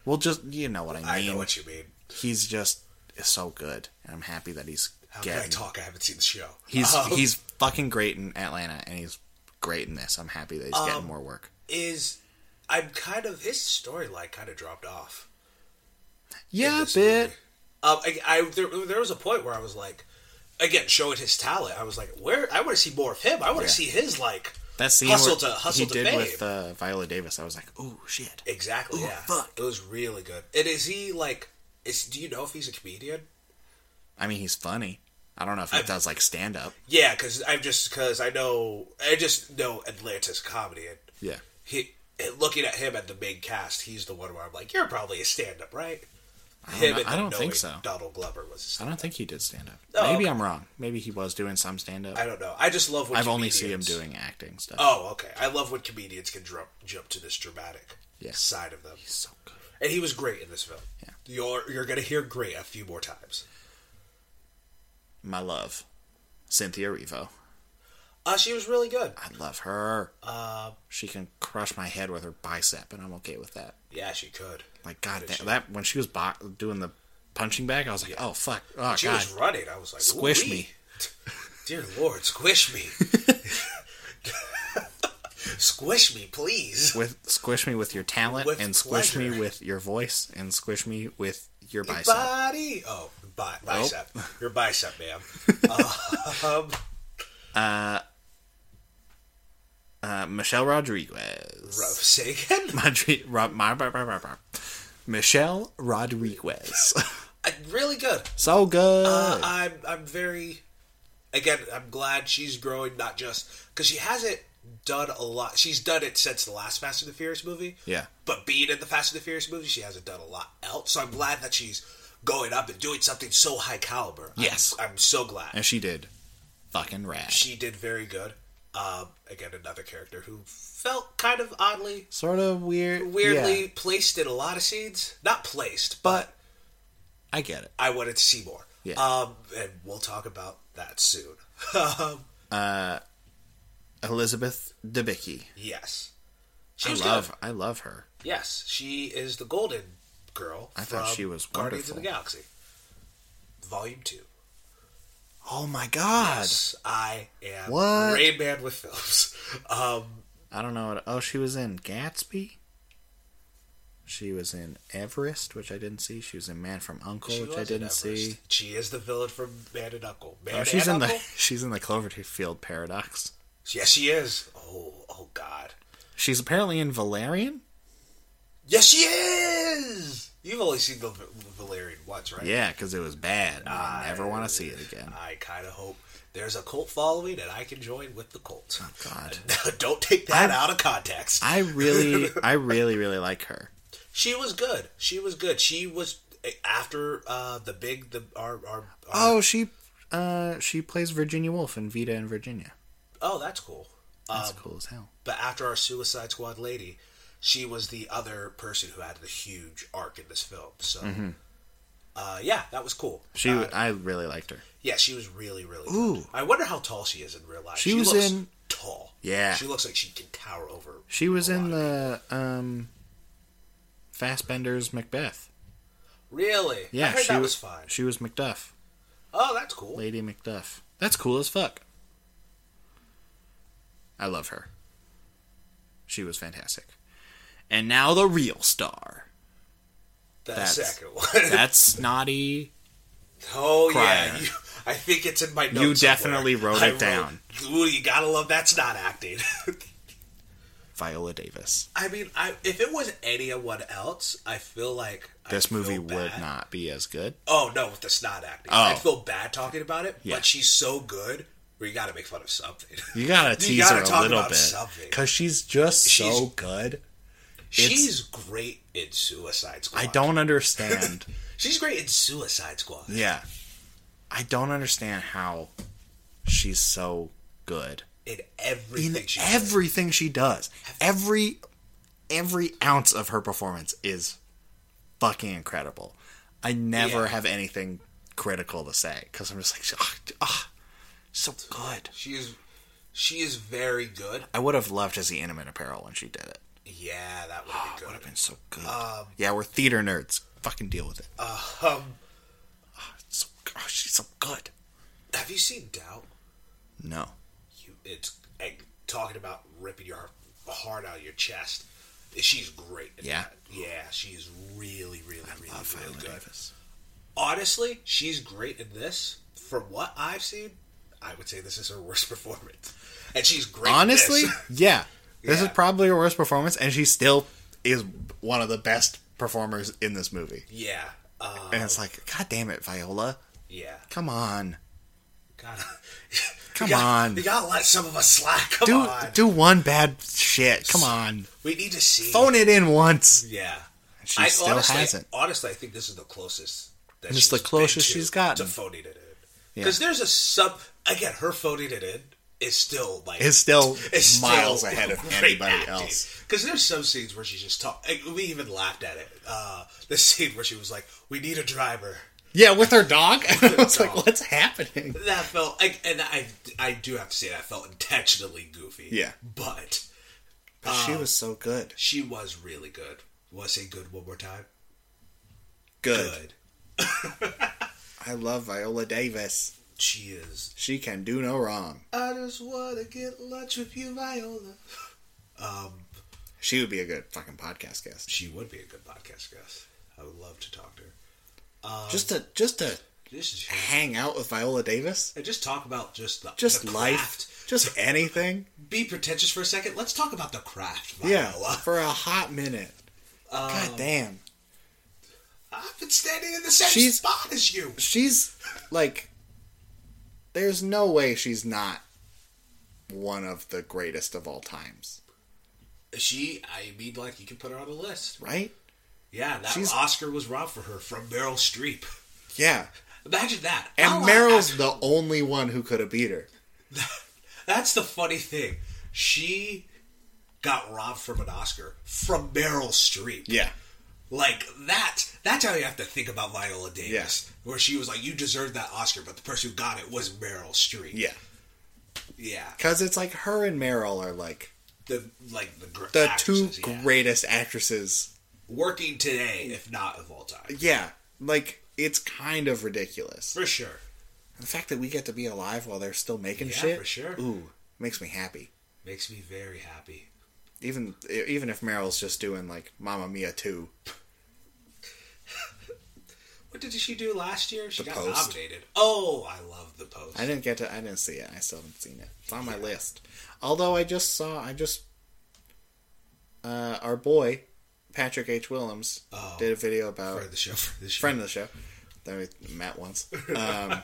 [SPEAKER 1] well, just you know what I mean.
[SPEAKER 2] I know what you mean.
[SPEAKER 1] he's just is so good, and I'm happy that he's
[SPEAKER 2] How can I
[SPEAKER 1] getting.
[SPEAKER 2] talk? I haven't seen the show.
[SPEAKER 1] He's
[SPEAKER 2] Um,
[SPEAKER 1] he's fucking great in Atlanta, and he's great in this. I'm happy that he's
[SPEAKER 2] um,
[SPEAKER 1] getting more work.
[SPEAKER 2] is. I'm kind of his storyline kind of dropped off.
[SPEAKER 1] Yeah,
[SPEAKER 2] this
[SPEAKER 1] bit.
[SPEAKER 2] movie. Um, I, I there, there was a point where I was like, again, showing his talent. I was like, where I want to see more of him. I want to
[SPEAKER 1] Yeah.
[SPEAKER 2] see his like
[SPEAKER 1] That scene
[SPEAKER 2] hustle
[SPEAKER 1] where
[SPEAKER 2] to
[SPEAKER 1] he
[SPEAKER 2] hustle to
[SPEAKER 1] did
[SPEAKER 2] fame.
[SPEAKER 1] with uh, Viola Davis, I was like, "Ooh, shit."
[SPEAKER 2] exactly.
[SPEAKER 1] Ooh,
[SPEAKER 2] yeah,
[SPEAKER 1] fuck.
[SPEAKER 2] it was really good. And is he like? Is do you know if he's a comedian?
[SPEAKER 1] I mean, he's funny. I don't know if he does like stand up.
[SPEAKER 2] Yeah, because I'm just because I know I just know Atlanta's comedy and
[SPEAKER 1] Yeah,
[SPEAKER 2] he. and Looking at him at the main cast, he's the one where I'm like, "You're probably a stand-up, right?" I
[SPEAKER 1] know- I don't think so.
[SPEAKER 2] Donald Glover was.
[SPEAKER 1] I don't think he did stand up.
[SPEAKER 2] Oh,
[SPEAKER 1] Maybe
[SPEAKER 2] okay.
[SPEAKER 1] I'm wrong. Maybe he was doing some stand up.
[SPEAKER 2] I don't know. I just love. When
[SPEAKER 1] I've only seen him
[SPEAKER 2] comedians-
[SPEAKER 1] doing acting stuff.
[SPEAKER 2] Oh, okay. I love when comedians can jump jump to this dramatic
[SPEAKER 1] Yeah.
[SPEAKER 2] side of them.
[SPEAKER 1] He's so good.
[SPEAKER 2] And he was great in this film.
[SPEAKER 1] Yeah.
[SPEAKER 2] You're you're gonna hear great a few more times.
[SPEAKER 1] My love, Cynthia Revo.
[SPEAKER 2] Uh, she was really good.
[SPEAKER 1] I love her.
[SPEAKER 2] Uh,
[SPEAKER 1] she can crush my head with her bicep, and I'm okay with that.
[SPEAKER 2] Yeah, she could.
[SPEAKER 1] Like God, that, that when she was bo- doing the punching bag, I was like, "Oh fuck, oh
[SPEAKER 2] She
[SPEAKER 1] god."
[SPEAKER 2] was running. I was like,
[SPEAKER 1] Squish
[SPEAKER 2] "Ooh-wee."
[SPEAKER 1] me.
[SPEAKER 2] dear Lord, squish me, squish me, please.
[SPEAKER 1] with squish me with your talent
[SPEAKER 2] With
[SPEAKER 1] and squish me
[SPEAKER 2] pleasure.
[SPEAKER 1] with your voice and squish me with your bicep.
[SPEAKER 2] Body. Oh, bi- bicep. Your bicep, ma'am. um,
[SPEAKER 1] Uh, Michelle Rodriguez.
[SPEAKER 2] bro, say again.
[SPEAKER 1] Madri- Ro- Ma- Ma- Ma- Ma- Ma- Michelle Rodriguez.
[SPEAKER 2] I- Really good.
[SPEAKER 1] so good.
[SPEAKER 2] Uh, I'm I'm very again. I'm glad she's growing, not just because she hasn't done a lot. She's done it since the last Fast and the Furious movie.
[SPEAKER 1] Yeah.
[SPEAKER 2] But being in the Fast and the Furious movie, she hasn't done a lot else. So I'm glad that she's going up and doing something so high caliber. I'm-
[SPEAKER 1] Yes.
[SPEAKER 2] I'm, so glad
[SPEAKER 1] And she did fucking rad.
[SPEAKER 2] she did very good. Um, again, another character who felt kind of oddly,
[SPEAKER 1] sort of weird.
[SPEAKER 2] weirdly
[SPEAKER 1] yeah,
[SPEAKER 2] placed in a lot of scenes. Not placed, but
[SPEAKER 1] but I get it.
[SPEAKER 2] I wanted to see more.
[SPEAKER 1] Yeah.
[SPEAKER 2] Um, and we'll talk about that soon. um,
[SPEAKER 1] Uh, Elizabeth Debicki.
[SPEAKER 2] yes. She
[SPEAKER 1] I
[SPEAKER 2] was
[SPEAKER 1] love
[SPEAKER 2] good.
[SPEAKER 1] I love her.
[SPEAKER 2] Yes, she is the Golden Girl.
[SPEAKER 1] I thought
[SPEAKER 2] from
[SPEAKER 1] she was
[SPEAKER 2] Guardians of the
[SPEAKER 1] wonderful.
[SPEAKER 2] Galaxy, Volume Two.
[SPEAKER 1] Oh my god.
[SPEAKER 2] Yes, I am
[SPEAKER 1] What?
[SPEAKER 2] Rain Man with films. Um,
[SPEAKER 1] I don't know what oh she was in Gatsby. She was in Everest, which I didn't see. She was in Man from Uncle,
[SPEAKER 2] she
[SPEAKER 1] which
[SPEAKER 2] was
[SPEAKER 1] I
[SPEAKER 2] in
[SPEAKER 1] didn't
[SPEAKER 2] Everest.
[SPEAKER 1] see.
[SPEAKER 2] She is the villain from Man and Uncle. Man
[SPEAKER 1] Oh, she's in
[SPEAKER 2] and
[SPEAKER 1] the
[SPEAKER 2] Uncle.
[SPEAKER 1] she's in the Cloverfield paradox.
[SPEAKER 2] Yes, she is. Oh, oh God.
[SPEAKER 1] She's apparently in Valerian.
[SPEAKER 2] Yes, she is. You've only seen the V- Valerian once, right? Ah,
[SPEAKER 1] Yeah, because it was bad. I never want to see it again.
[SPEAKER 2] I kind of hope there's a cult following and I can join with the cult.
[SPEAKER 1] God,
[SPEAKER 2] Don't take that out of context.
[SPEAKER 1] I really, I really, really like her.
[SPEAKER 2] she was good. She was good. She was eh, after uh, the big the our, our, our
[SPEAKER 1] Oh, she, uh, she plays Virginia Woolf in Vita and Virginia.
[SPEAKER 2] oh that's cool. Um,
[SPEAKER 1] That's cool as hell.
[SPEAKER 2] But after our Suicide Squad lady, she was the other person who had the huge arc in this film. So, uh, yeah, that was cool.
[SPEAKER 1] Mm-hmm. She,
[SPEAKER 2] uh,
[SPEAKER 1] I really liked her.
[SPEAKER 2] yeah, she was really, really.
[SPEAKER 1] Ooh.
[SPEAKER 2] Good. I wonder how tall she is in real life.
[SPEAKER 1] She was
[SPEAKER 2] looks
[SPEAKER 1] in-
[SPEAKER 2] tall.
[SPEAKER 1] Yeah.
[SPEAKER 2] she looks like she can tower over.
[SPEAKER 1] She was
[SPEAKER 2] a lot
[SPEAKER 1] in
[SPEAKER 2] of-
[SPEAKER 1] the um, Fastbender's Macbeth.
[SPEAKER 2] really.
[SPEAKER 1] Yeah,
[SPEAKER 2] I heard
[SPEAKER 1] she
[SPEAKER 2] that
[SPEAKER 1] wa-
[SPEAKER 2] was fine.
[SPEAKER 1] She was Macduff,
[SPEAKER 2] Oh, that's cool.
[SPEAKER 1] Lady Macduff. That's cool as fuck. I love her. She was fantastic. And now the real star.
[SPEAKER 2] The
[SPEAKER 1] that's-
[SPEAKER 2] second one.
[SPEAKER 1] That's snotty.
[SPEAKER 2] oh yeah,
[SPEAKER 1] Crier.
[SPEAKER 2] you, I think it's in my notes.
[SPEAKER 1] You
[SPEAKER 2] somewhere.
[SPEAKER 1] definitely wrote
[SPEAKER 2] I
[SPEAKER 1] it down.
[SPEAKER 2] Ooh, you gotta love that's not acting.
[SPEAKER 1] Viola Davis.
[SPEAKER 2] I mean, I, if it was anyone else, I feel like I
[SPEAKER 1] This
[SPEAKER 2] feel
[SPEAKER 1] movie
[SPEAKER 2] bad.
[SPEAKER 1] would not be as good.
[SPEAKER 2] Oh no, with the snot acting,
[SPEAKER 1] Oh.
[SPEAKER 2] I feel bad talking about it.
[SPEAKER 1] Yeah.
[SPEAKER 2] But she's so good, where you got to make fun of something.
[SPEAKER 1] You gotta tease
[SPEAKER 2] gotta
[SPEAKER 1] her a
[SPEAKER 2] talk
[SPEAKER 1] little
[SPEAKER 2] about
[SPEAKER 1] bit
[SPEAKER 2] something.
[SPEAKER 1] because she's just so
[SPEAKER 2] She's-
[SPEAKER 1] good.
[SPEAKER 2] she's great in Suicide Squad.
[SPEAKER 1] I don't understand.
[SPEAKER 2] She's great in Suicide Squad.
[SPEAKER 1] yeah, I don't understand how she's so good
[SPEAKER 2] In
[SPEAKER 1] in
[SPEAKER 2] everything. she's in.
[SPEAKER 1] everything she does. Every every ounce of her performance is fucking incredible. I never
[SPEAKER 2] Yeah.
[SPEAKER 1] have anything critical to say because I'm just like, ah, ah, so good.
[SPEAKER 2] she is. She is very good.
[SPEAKER 1] I would have loved to see Intimate Apparel when she did it.
[SPEAKER 2] Yeah, that would have
[SPEAKER 1] Would
[SPEAKER 2] been
[SPEAKER 1] have been so good. yeah, we're theater nerds. Fucking deal with it.
[SPEAKER 2] good. Um,
[SPEAKER 1] So- oh, she's so good.
[SPEAKER 2] have you seen Doubt?
[SPEAKER 1] No.
[SPEAKER 2] You, it's and talking about ripping your heart out of your chest. She's great. in
[SPEAKER 1] Yeah.
[SPEAKER 2] that. Yeah, she's really, really, really, really good.
[SPEAKER 1] Davis.
[SPEAKER 2] honestly, she's great in this. From what I've seen, I would say this is her worst performance, and she's great. in
[SPEAKER 1] Honestly,
[SPEAKER 2] this.
[SPEAKER 1] yeah. This is
[SPEAKER 2] Yeah.
[SPEAKER 1] probably her worst performance, and she still is one of the best performers in this movie.
[SPEAKER 2] yeah, uh,
[SPEAKER 1] And it's like, God damn it, Viola.
[SPEAKER 2] yeah.
[SPEAKER 1] Come on.
[SPEAKER 2] Gotta,
[SPEAKER 1] Come
[SPEAKER 2] you gotta-
[SPEAKER 1] on.
[SPEAKER 2] you gotta let some of us slack. Come
[SPEAKER 1] Do
[SPEAKER 2] on,
[SPEAKER 1] do one bad shit. Come on.
[SPEAKER 2] we need to see.
[SPEAKER 1] Phone it in once.
[SPEAKER 2] Yeah,
[SPEAKER 1] She still
[SPEAKER 2] honestly,
[SPEAKER 1] hasn't.
[SPEAKER 2] Honestly, I think this is the closest. That
[SPEAKER 1] This is the
[SPEAKER 2] been
[SPEAKER 1] closest
[SPEAKER 2] to-
[SPEAKER 1] she's gotten.
[SPEAKER 2] to phoning it in. Because there's a sub again. Her phoning it in is still like
[SPEAKER 1] It's still miles ahead of anybody else.
[SPEAKER 2] Because there's some scenes where she's just talking. We even laughed at it. Uh, the scene where she was like, "We need a driver."
[SPEAKER 1] Yeah, with her dog. And I was
[SPEAKER 2] dog.
[SPEAKER 1] like, what's happening?
[SPEAKER 2] That felt, I, and I, I do have to say that felt intentionally goofy.
[SPEAKER 1] Yeah.
[SPEAKER 2] but
[SPEAKER 1] But she was so good.
[SPEAKER 2] she was really good. Was say good one more time.
[SPEAKER 1] Good.
[SPEAKER 2] Good.
[SPEAKER 1] I love Viola Davis.
[SPEAKER 2] She is.
[SPEAKER 1] She can do no wrong.
[SPEAKER 2] I just wanna get lunch with you, Viola. Um,
[SPEAKER 1] She would be a good fucking podcast guest.
[SPEAKER 2] she would be a good podcast guest. I would love to talk to her.
[SPEAKER 1] just to just to
[SPEAKER 2] This is
[SPEAKER 1] hang out with Viola Davis.
[SPEAKER 2] and just talk about just the
[SPEAKER 1] Just
[SPEAKER 2] the craft.
[SPEAKER 1] life. Just anything.
[SPEAKER 2] be pretentious for a second. Let's talk about the craft,
[SPEAKER 1] Yeah.
[SPEAKER 2] Viola. Uh,
[SPEAKER 1] For a hot minute.
[SPEAKER 2] Um,
[SPEAKER 1] God damn.
[SPEAKER 2] I've been standing in the same
[SPEAKER 1] She's-
[SPEAKER 2] spot as you.
[SPEAKER 1] She's like there's no way she's not one of the greatest of all times,
[SPEAKER 2] She, I mean, like you can put her on the list.
[SPEAKER 1] right?
[SPEAKER 2] Yeah, that
[SPEAKER 1] She's-
[SPEAKER 2] Oscar was robbed for her from Meryl Streep.
[SPEAKER 1] Yeah.
[SPEAKER 2] Imagine that.
[SPEAKER 1] And
[SPEAKER 2] How Oh, I-
[SPEAKER 1] Meryl's the only one who could have beat her.
[SPEAKER 2] That's the funny thing. She got robbed from an Oscar from Meryl Streep.
[SPEAKER 1] Yeah.
[SPEAKER 2] Like that. That's how you have to think about Viola Davis.
[SPEAKER 1] Yes.
[SPEAKER 2] Where she was like, "You deserved that Oscar," but the person who got it was Meryl Streep.
[SPEAKER 1] Yeah.
[SPEAKER 2] Yeah.
[SPEAKER 1] Because it's like her and Meryl are like
[SPEAKER 2] The like the gr-
[SPEAKER 1] the
[SPEAKER 2] actresses,
[SPEAKER 1] two
[SPEAKER 2] yeah.
[SPEAKER 1] greatest actresses.
[SPEAKER 2] working today, if not of all time,
[SPEAKER 1] Yeah. Like, it's kind of ridiculous.
[SPEAKER 2] for sure.
[SPEAKER 1] The fact that we get to be alive while they're still making
[SPEAKER 2] Yeah,
[SPEAKER 1] shit.
[SPEAKER 2] for sure.
[SPEAKER 1] Ooh, makes me happy.
[SPEAKER 2] Makes me very happy.
[SPEAKER 1] Even even if Meryl's just doing like Mamma Mia 2.
[SPEAKER 2] What did she do last year? She
[SPEAKER 1] The
[SPEAKER 2] got
[SPEAKER 1] Post.
[SPEAKER 2] nominated. Oh, I love the post.
[SPEAKER 1] I didn't get to. I didn't see it. I still haven't seen it. It's on my list. Although I just saw. I just. Uh, our boy, Patrick H. Willems,
[SPEAKER 2] Oh.
[SPEAKER 1] did a video about
[SPEAKER 2] for the show. For the show.
[SPEAKER 1] friend of the show that we met once. Um,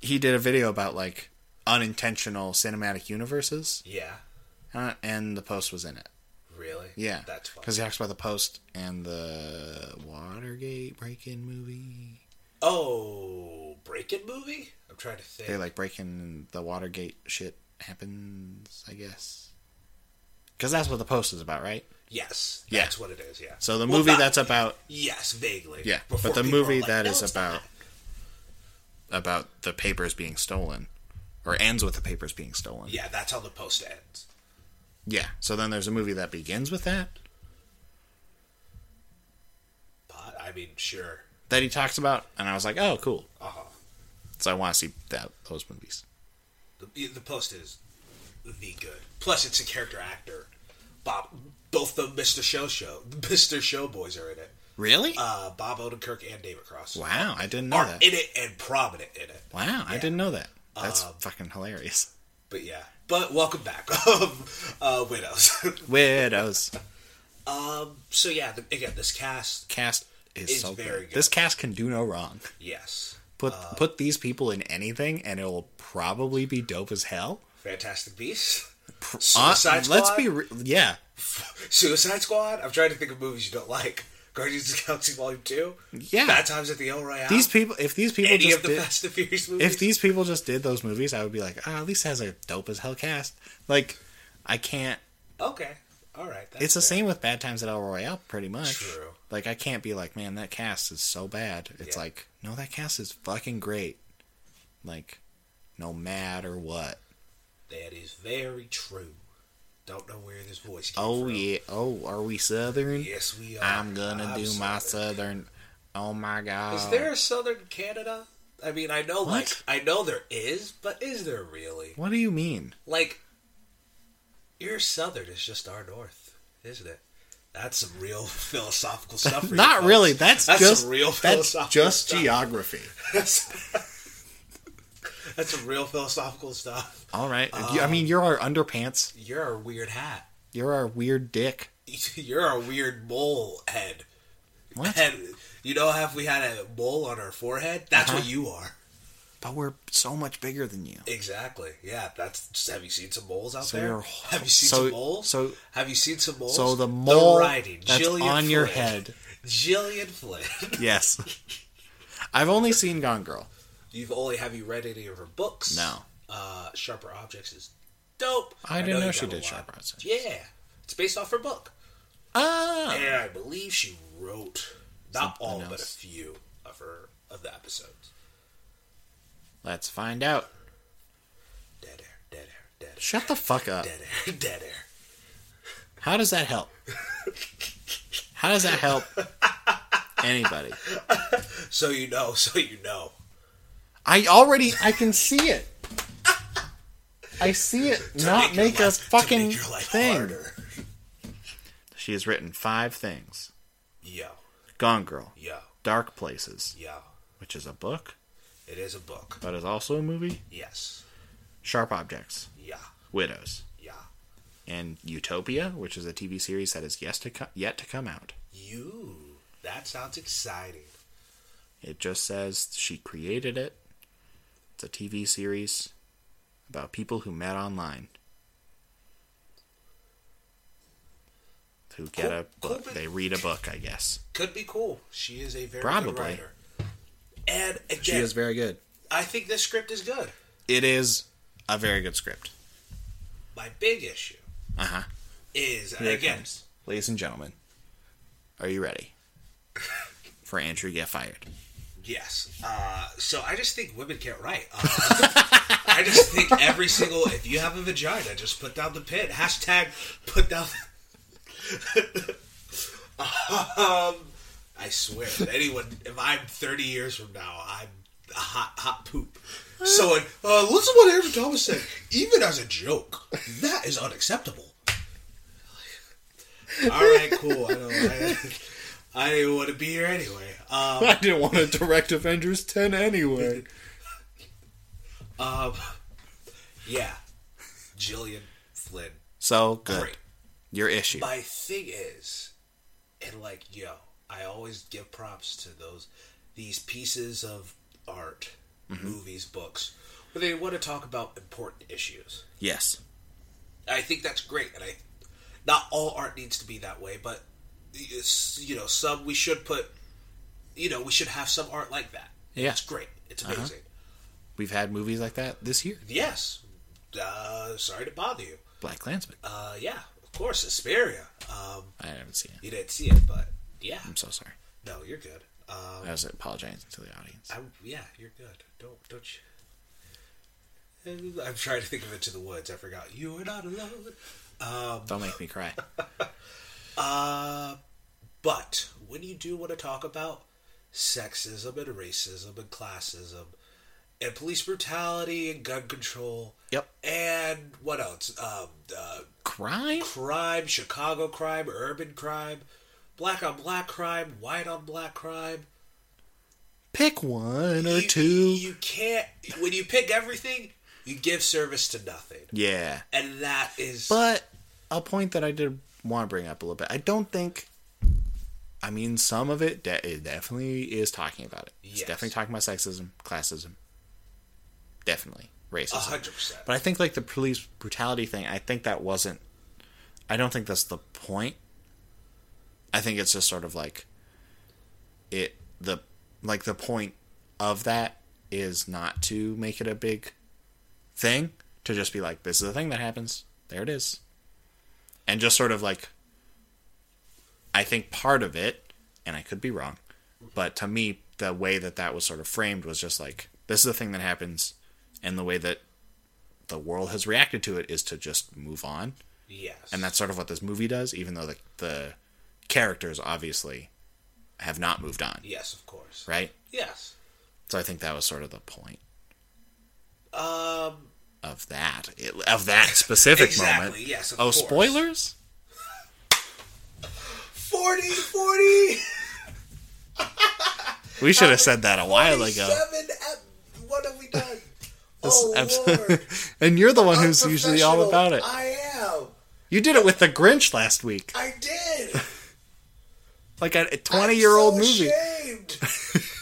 [SPEAKER 1] he did a video about like unintentional cinematic universes,
[SPEAKER 2] Yeah.
[SPEAKER 1] uh, and the post was in it.
[SPEAKER 2] Really?
[SPEAKER 1] Yeah,
[SPEAKER 2] That's fun.
[SPEAKER 1] because he talks about the post and the Watergate break-in movie.
[SPEAKER 2] Oh, Breaking movie? I'm trying to think.
[SPEAKER 1] they like breaking the Watergate shit happens, I guess. Because that's what the post is about, right?
[SPEAKER 2] yes,
[SPEAKER 1] Yeah.
[SPEAKER 2] that's what it is. Yeah.
[SPEAKER 1] So the
[SPEAKER 2] Well,
[SPEAKER 1] movie
[SPEAKER 2] not-
[SPEAKER 1] that's about
[SPEAKER 2] yes, vaguely.
[SPEAKER 1] yeah,
[SPEAKER 2] Before
[SPEAKER 1] but the
[SPEAKER 2] people are
[SPEAKER 1] movie
[SPEAKER 2] like,
[SPEAKER 1] that
[SPEAKER 2] "No,
[SPEAKER 1] is
[SPEAKER 2] it's
[SPEAKER 1] about
[SPEAKER 2] not."
[SPEAKER 1] about the papers being stolen, or ends with the papers being stolen.
[SPEAKER 2] Yeah, that's how the post ends.
[SPEAKER 1] Yeah. So then there's a movie that begins with that
[SPEAKER 2] But I mean, sure.
[SPEAKER 1] that he talks about, and I was like, oh, cool.
[SPEAKER 2] Uh huh.
[SPEAKER 1] So I want to see that those movies.
[SPEAKER 2] The, the post is the good. Plus, it's a character actor. Bob, both the Mr. Show Show, Mr. Show boys are in it.
[SPEAKER 1] Really?
[SPEAKER 2] Uh, Bob Odenkirk and David Cross
[SPEAKER 1] wow, I didn't know
[SPEAKER 2] are
[SPEAKER 1] that.
[SPEAKER 2] in it and prominent in it.
[SPEAKER 1] wow, I didn't know that. That's
[SPEAKER 2] Uh,
[SPEAKER 1] fucking hilarious.
[SPEAKER 2] But yeah. But welcome back, uh, widows.
[SPEAKER 1] Widows.
[SPEAKER 2] so yeah, the, again, this cast.
[SPEAKER 1] cast is
[SPEAKER 2] It's
[SPEAKER 1] so good.
[SPEAKER 2] very good. Uh,
[SPEAKER 1] This cast can do no wrong.
[SPEAKER 2] Yes.
[SPEAKER 1] Put put these people in anything, and it'll probably be dope as hell.
[SPEAKER 2] Fantastic Beasts.
[SPEAKER 1] Uh,
[SPEAKER 2] Suicide Squad.
[SPEAKER 1] let's be re- yeah,
[SPEAKER 2] Suicide Squad. I'm trying to think of movies you don't like. Guardians of the Galaxy Volume Two.
[SPEAKER 1] yeah.
[SPEAKER 2] Bad Times at the El Royale.
[SPEAKER 1] these people, if these people
[SPEAKER 2] Any
[SPEAKER 1] just
[SPEAKER 2] of the
[SPEAKER 1] did,
[SPEAKER 2] Fast and Furious movies.
[SPEAKER 1] if these people just did those movies, I would be like, ah, at least it has a dope as hell cast. Like, I can't.
[SPEAKER 2] okay. All right. That's
[SPEAKER 1] It's the
[SPEAKER 2] fair.
[SPEAKER 1] same with Bad Times at El Royale, pretty much.
[SPEAKER 2] True.
[SPEAKER 1] Like, I can't be like, man, that cast is so bad. It's
[SPEAKER 2] Yeah.
[SPEAKER 1] like, no, that cast is fucking great. Like, no matter what.
[SPEAKER 2] That is very true. Don't know where this voice came
[SPEAKER 1] Oh
[SPEAKER 2] from.
[SPEAKER 1] yeah. Oh, are we Southern?
[SPEAKER 2] Yes, we are.
[SPEAKER 1] I'm gonna do my
[SPEAKER 2] Southern.
[SPEAKER 1] Southern. Oh my God.
[SPEAKER 2] Is there a Southern Canada? I mean, I know like
[SPEAKER 1] What?
[SPEAKER 2] I know there is, but is there really?
[SPEAKER 1] What do you mean?
[SPEAKER 2] Like, your Southern is just our North, isn't it? That's some real philosophical stuff. for you
[SPEAKER 1] Not
[SPEAKER 2] folks.
[SPEAKER 1] really. That's,
[SPEAKER 2] that's
[SPEAKER 1] just
[SPEAKER 2] some real
[SPEAKER 1] that's
[SPEAKER 2] philosophical
[SPEAKER 1] just
[SPEAKER 2] stuff.
[SPEAKER 1] geography.
[SPEAKER 2] That's, that's some real philosophical stuff.
[SPEAKER 1] All right. You- I
[SPEAKER 2] Um,
[SPEAKER 1] mean, you're our underpants.
[SPEAKER 2] You're a weird hat.
[SPEAKER 1] You're our weird dick.
[SPEAKER 2] You're a weird mole head.
[SPEAKER 1] What?
[SPEAKER 2] Head. You know how if we had a mole on our forehead? That's
[SPEAKER 1] Uh-huh.
[SPEAKER 2] what you are.
[SPEAKER 1] But we're so much bigger than you.
[SPEAKER 2] Exactly. Yeah, that's. Have you seen some moles out
[SPEAKER 1] So
[SPEAKER 2] there?
[SPEAKER 1] you're-
[SPEAKER 2] have you seen
[SPEAKER 1] so-
[SPEAKER 2] some moles?
[SPEAKER 1] so-
[SPEAKER 2] have you seen some moles?
[SPEAKER 1] So the mole
[SPEAKER 2] riding,
[SPEAKER 1] that's
[SPEAKER 2] Gillian
[SPEAKER 1] on your
[SPEAKER 2] Flynn.
[SPEAKER 1] head.
[SPEAKER 2] Gillian Flynn.
[SPEAKER 1] Yes. I've only seen Gone Girl.
[SPEAKER 2] You've only have you read any of her books?
[SPEAKER 1] No.
[SPEAKER 2] Uh, Sharper Objects is dope.
[SPEAKER 1] I didn't
[SPEAKER 2] you
[SPEAKER 1] know she
[SPEAKER 2] got a
[SPEAKER 1] did
[SPEAKER 2] lot.
[SPEAKER 1] Sharper Objects.
[SPEAKER 2] Yeah, it's based off her book,
[SPEAKER 1] Ah.
[SPEAKER 2] and I believe she wrote not
[SPEAKER 1] Something
[SPEAKER 2] all but a
[SPEAKER 1] else.
[SPEAKER 2] few of her of the episodes.
[SPEAKER 1] Let's find out.
[SPEAKER 2] Dead air, dead air, dead air,
[SPEAKER 1] Shut the fuck up.
[SPEAKER 2] dead air, dead air.
[SPEAKER 1] How does that help? How does that help anybody?
[SPEAKER 2] So you know, so you know.
[SPEAKER 1] I already I can see it. I see it not
[SPEAKER 2] your
[SPEAKER 1] make
[SPEAKER 2] life-
[SPEAKER 1] us
[SPEAKER 2] to
[SPEAKER 1] fucking
[SPEAKER 2] make your life
[SPEAKER 1] thing.
[SPEAKER 2] harder.
[SPEAKER 1] She has written five things:
[SPEAKER 2] Yo,
[SPEAKER 1] Gone Girl,
[SPEAKER 2] yo,
[SPEAKER 1] Dark Places,
[SPEAKER 2] yo.
[SPEAKER 1] which is a book
[SPEAKER 2] It is a book.
[SPEAKER 1] but is also a movie,
[SPEAKER 2] Yes.
[SPEAKER 1] Sharp Objects,
[SPEAKER 2] Yeah.
[SPEAKER 1] Widows,
[SPEAKER 2] Yeah.
[SPEAKER 1] and Utopia, which is a TV series that is yes to co- yet to come out.
[SPEAKER 2] You. That sounds exciting.
[SPEAKER 1] It just says she created it. It's a TV series. about people who met online. Who get
[SPEAKER 2] Cool.
[SPEAKER 1] a book?
[SPEAKER 2] Cool.
[SPEAKER 1] They read a book, I guess.
[SPEAKER 2] Could be cool. She is a very good
[SPEAKER 1] Probably.
[SPEAKER 2] writer. And again,
[SPEAKER 1] She is very good.
[SPEAKER 2] I think this script is good.
[SPEAKER 1] It is a very good script.
[SPEAKER 2] My big issue
[SPEAKER 1] Uh huh.
[SPEAKER 2] is and
[SPEAKER 1] Here it
[SPEAKER 2] again
[SPEAKER 1] comes. Ladies and gentlemen, are you ready for Andrew get fired?
[SPEAKER 2] Yes. Uh, so I just think women can't write. Uh, I just think every single if you have a vagina, just put down the pin. Hashtag put down. um, I swear, if anyone, if I'm 30 years from now, I'm a hot, hot poop. So, uh, listen to what Andrew Thomas said. Even as a joke, that is unacceptable. All right, cool. I don't. I, I didn't want to be here anyway. Um,
[SPEAKER 1] I didn't want to direct Avengers 10 anyway.
[SPEAKER 2] Um, yeah, Jillian Flynn,
[SPEAKER 1] So good.
[SPEAKER 2] great.
[SPEAKER 1] Your issue.
[SPEAKER 2] My thing is, and like yo, I always give props to those these pieces of art, movies, books, where they want to talk about important issues.
[SPEAKER 1] Yes.
[SPEAKER 2] I think that's great, and I not all art needs to be that way, but it's, you know, some we should put, you know, we should have some art like that.
[SPEAKER 1] Yeah.
[SPEAKER 2] it's great. It's amazing.
[SPEAKER 1] We've had movies like that this year.
[SPEAKER 2] Yes. Uh, sorry to bother you.
[SPEAKER 1] Black Klansman.
[SPEAKER 2] Uh, yeah, of course, Asperia. Um,
[SPEAKER 1] I haven't seen it.
[SPEAKER 2] you didn't see it, but yeah,
[SPEAKER 1] I'm so sorry.
[SPEAKER 2] no, you're good. Um,
[SPEAKER 1] I was apologizing to the audience.
[SPEAKER 2] I, yeah, you're good. Don't don't you. I'm trying to think of Into the Woods. I forgot. You are not alone. Um,
[SPEAKER 1] Don't make me cry.
[SPEAKER 2] Uh, but when you do want to talk about sexism and racism and classism and police brutality and gun control
[SPEAKER 1] Yep.
[SPEAKER 2] and what else? Um, uh,
[SPEAKER 1] Crime?
[SPEAKER 2] crime, Chicago crime, urban crime, black on black crime, white on black crime.
[SPEAKER 1] Pick one or
[SPEAKER 2] You,
[SPEAKER 1] two.
[SPEAKER 2] you can't when you pick everything, you give service to nothing,
[SPEAKER 1] Yeah.
[SPEAKER 2] and that is
[SPEAKER 1] But a point that I did want to bring up a little bit. I don't think. I mean, some of it, de- it definitely is talking about it. It's
[SPEAKER 2] Yes.
[SPEAKER 1] definitely talking about sexism, classism, definitely
[SPEAKER 2] a
[SPEAKER 1] racism.
[SPEAKER 2] hundred percent.
[SPEAKER 1] But I think like the police brutality thing, I think that wasn't. I don't think that's the point. I think it's just sort of like. It the like the point of that is not to make it a big thing to just be like this is a thing that happens there it is and just sort of like i think part of it and i could be wrong but to me the way that that was sort of framed was just like this is a thing that happens and the way that the world has reacted to it is to just move on
[SPEAKER 2] Yes,
[SPEAKER 1] and that's sort of what this movie does even though the, the characters obviously have not moved on
[SPEAKER 2] yes, of course,
[SPEAKER 1] right
[SPEAKER 2] yes.
[SPEAKER 1] so i think that was sort of the point
[SPEAKER 2] Um,
[SPEAKER 1] of that of that specific
[SPEAKER 2] Exactly,
[SPEAKER 1] moment
[SPEAKER 2] yes, of
[SPEAKER 1] oh
[SPEAKER 2] course.
[SPEAKER 1] spoilers
[SPEAKER 2] 40, 40,
[SPEAKER 1] We should have said that a while ago.
[SPEAKER 2] seven. ep- What have we done?
[SPEAKER 1] uh, This
[SPEAKER 2] oh
[SPEAKER 1] episode-
[SPEAKER 2] Lord,
[SPEAKER 1] and you're the one who's usually all
[SPEAKER 2] Unprofessional.
[SPEAKER 1] about it.
[SPEAKER 2] I am.
[SPEAKER 1] You did it with the Grinch last week,
[SPEAKER 2] I did.
[SPEAKER 1] like a
[SPEAKER 2] I'm
[SPEAKER 1] 20 year old
[SPEAKER 2] so
[SPEAKER 1] movie.
[SPEAKER 2] Ashamed.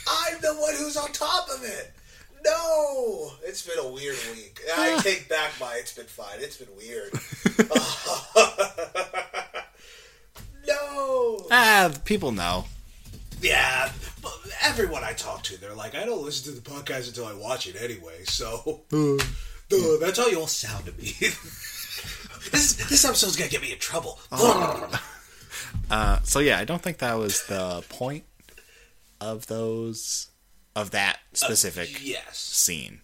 [SPEAKER 2] I'm the one who's on top of it. No, it's been a weird week. I take back my. It's been fine. It's been weird. no.
[SPEAKER 1] Ah, the people know.
[SPEAKER 2] Yeah, but everyone I talk to, they're like, I don't listen to the podcast until I watch it anyway. So Duh, that's how you all sound to me. this this episode's gonna get me in trouble.
[SPEAKER 1] Uh, so yeah, I don't think that was the point of those of that
[SPEAKER 2] Uh,
[SPEAKER 1] specific
[SPEAKER 2] yes.
[SPEAKER 1] scene.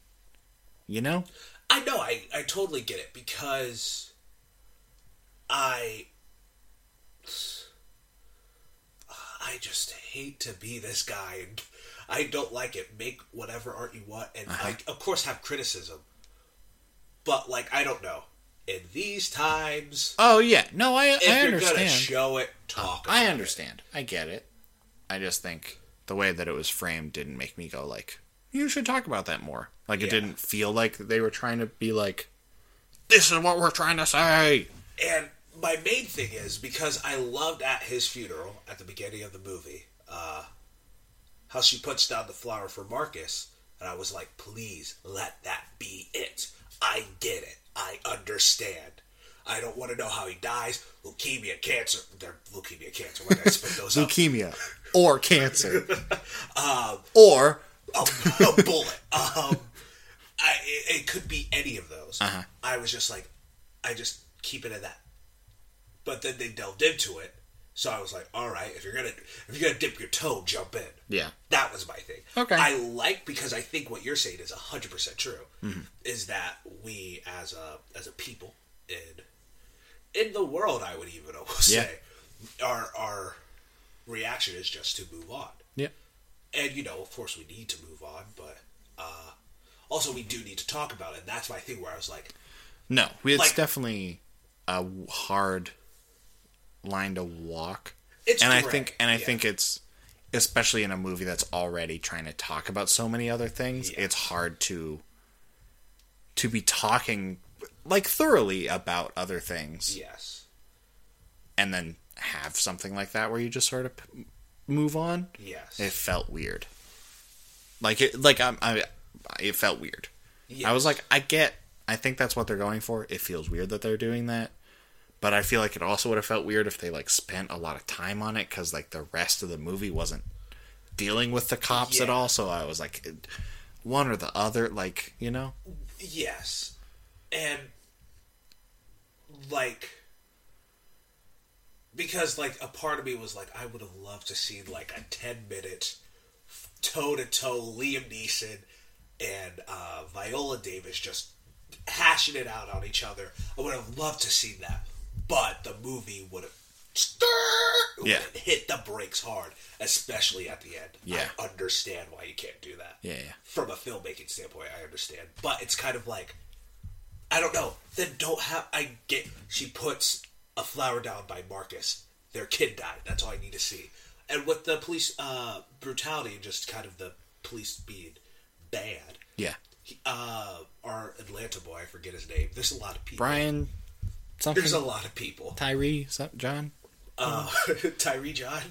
[SPEAKER 1] You know?
[SPEAKER 2] I know, I, I totally get it because I I just hate to be this guy and I don't like it. Make whatever art you want and
[SPEAKER 1] Uh-huh.
[SPEAKER 2] I of course have criticism. But like I don't know. In these times
[SPEAKER 1] Oh yeah, no, I
[SPEAKER 2] if
[SPEAKER 1] I
[SPEAKER 2] you're gonna
[SPEAKER 1] understand.
[SPEAKER 2] show it, talk
[SPEAKER 1] I
[SPEAKER 2] about it.
[SPEAKER 1] understand. I get it. I just think the way that it was framed didn't make me go like, you should talk about that more. Like it
[SPEAKER 2] Yeah.
[SPEAKER 1] didn't feel like they were trying to be like, this is what we're trying to say.
[SPEAKER 2] Uh, And my main thing is because I loved at his funeral at the beginning of the movie, uh, how she puts down the flower for Marcus. And I was like, please let that be it. I get it. I understand. I don't want to know how he dies. Leukemia, cancer. They're leukemia, cancer. Why did I spit those up?
[SPEAKER 1] Leukemia or cancer.
[SPEAKER 2] Um,
[SPEAKER 1] or
[SPEAKER 2] a, a bullet. Um, I, it, it could be any of those.
[SPEAKER 1] Uh-huh.
[SPEAKER 2] I was just like, I just keep it at that. But then they delved into it, so I was like, all right, if you're gonna if you're gonna dip your toe, jump in.
[SPEAKER 1] Yeah.
[SPEAKER 2] that was my thing.
[SPEAKER 1] Okay.
[SPEAKER 2] I like because I think what you're saying is hundred percent true.
[SPEAKER 1] Mm-hmm.
[SPEAKER 2] Is that we as a as a people in in the world, I would even almost
[SPEAKER 1] Yeah.
[SPEAKER 2] say, our our reaction is just to move on
[SPEAKER 1] yeah,
[SPEAKER 2] and you know, of course, we need to move on, but uh, also we do need to talk about it. And that's my thing where I was like,
[SPEAKER 1] no, it's
[SPEAKER 2] Like-
[SPEAKER 1] definitely a hard line to walk.
[SPEAKER 2] It's
[SPEAKER 1] and I
[SPEAKER 2] gray,
[SPEAKER 1] think and I
[SPEAKER 2] yeah.
[SPEAKER 1] think it's especially in a movie that's already trying to talk about so many other things, it's hard to to be talking like thoroughly about other things
[SPEAKER 2] yes,
[SPEAKER 1] and then have something like that where you just sort of p- move on.
[SPEAKER 2] yes,
[SPEAKER 1] It felt weird. Like it like I'm, I it felt weird. I was like I get I think that's what they're going for. It feels weird that they're doing that. But I feel like it also would have felt weird if they like spent a lot of time on it cuz like the rest of the movie wasn't dealing with the cops at
[SPEAKER 2] Yeah.
[SPEAKER 1] all. So I was like it- one or the other like, you know.
[SPEAKER 2] yes, and like because like a part of me was like, I would have loved to see like a ten minute toe to toe Liam Neeson and uh, Viola Davis just hashing it out on each other. I would have loved to see that, but the movie would have
[SPEAKER 1] Yeah.
[SPEAKER 2] hit the brakes hard, especially at the end.
[SPEAKER 1] Yeah.
[SPEAKER 2] I understand why you can't do that.
[SPEAKER 1] Yeah, yeah.
[SPEAKER 2] From a filmmaking standpoint, I understand, but it's kind of like I don't know. Then don't have. I get. She puts a flower down by Marcus. Their kid died. That's all I need to see. And with the police uh, brutality, and just kind of the police being bad.
[SPEAKER 1] Yeah.
[SPEAKER 2] he- Uh, our Atlanta boy, I forget his name. There's a lot of people.
[SPEAKER 1] Brian something
[SPEAKER 2] There's a lot of people.
[SPEAKER 1] Tyree some, John.
[SPEAKER 2] Uh, Tyree John.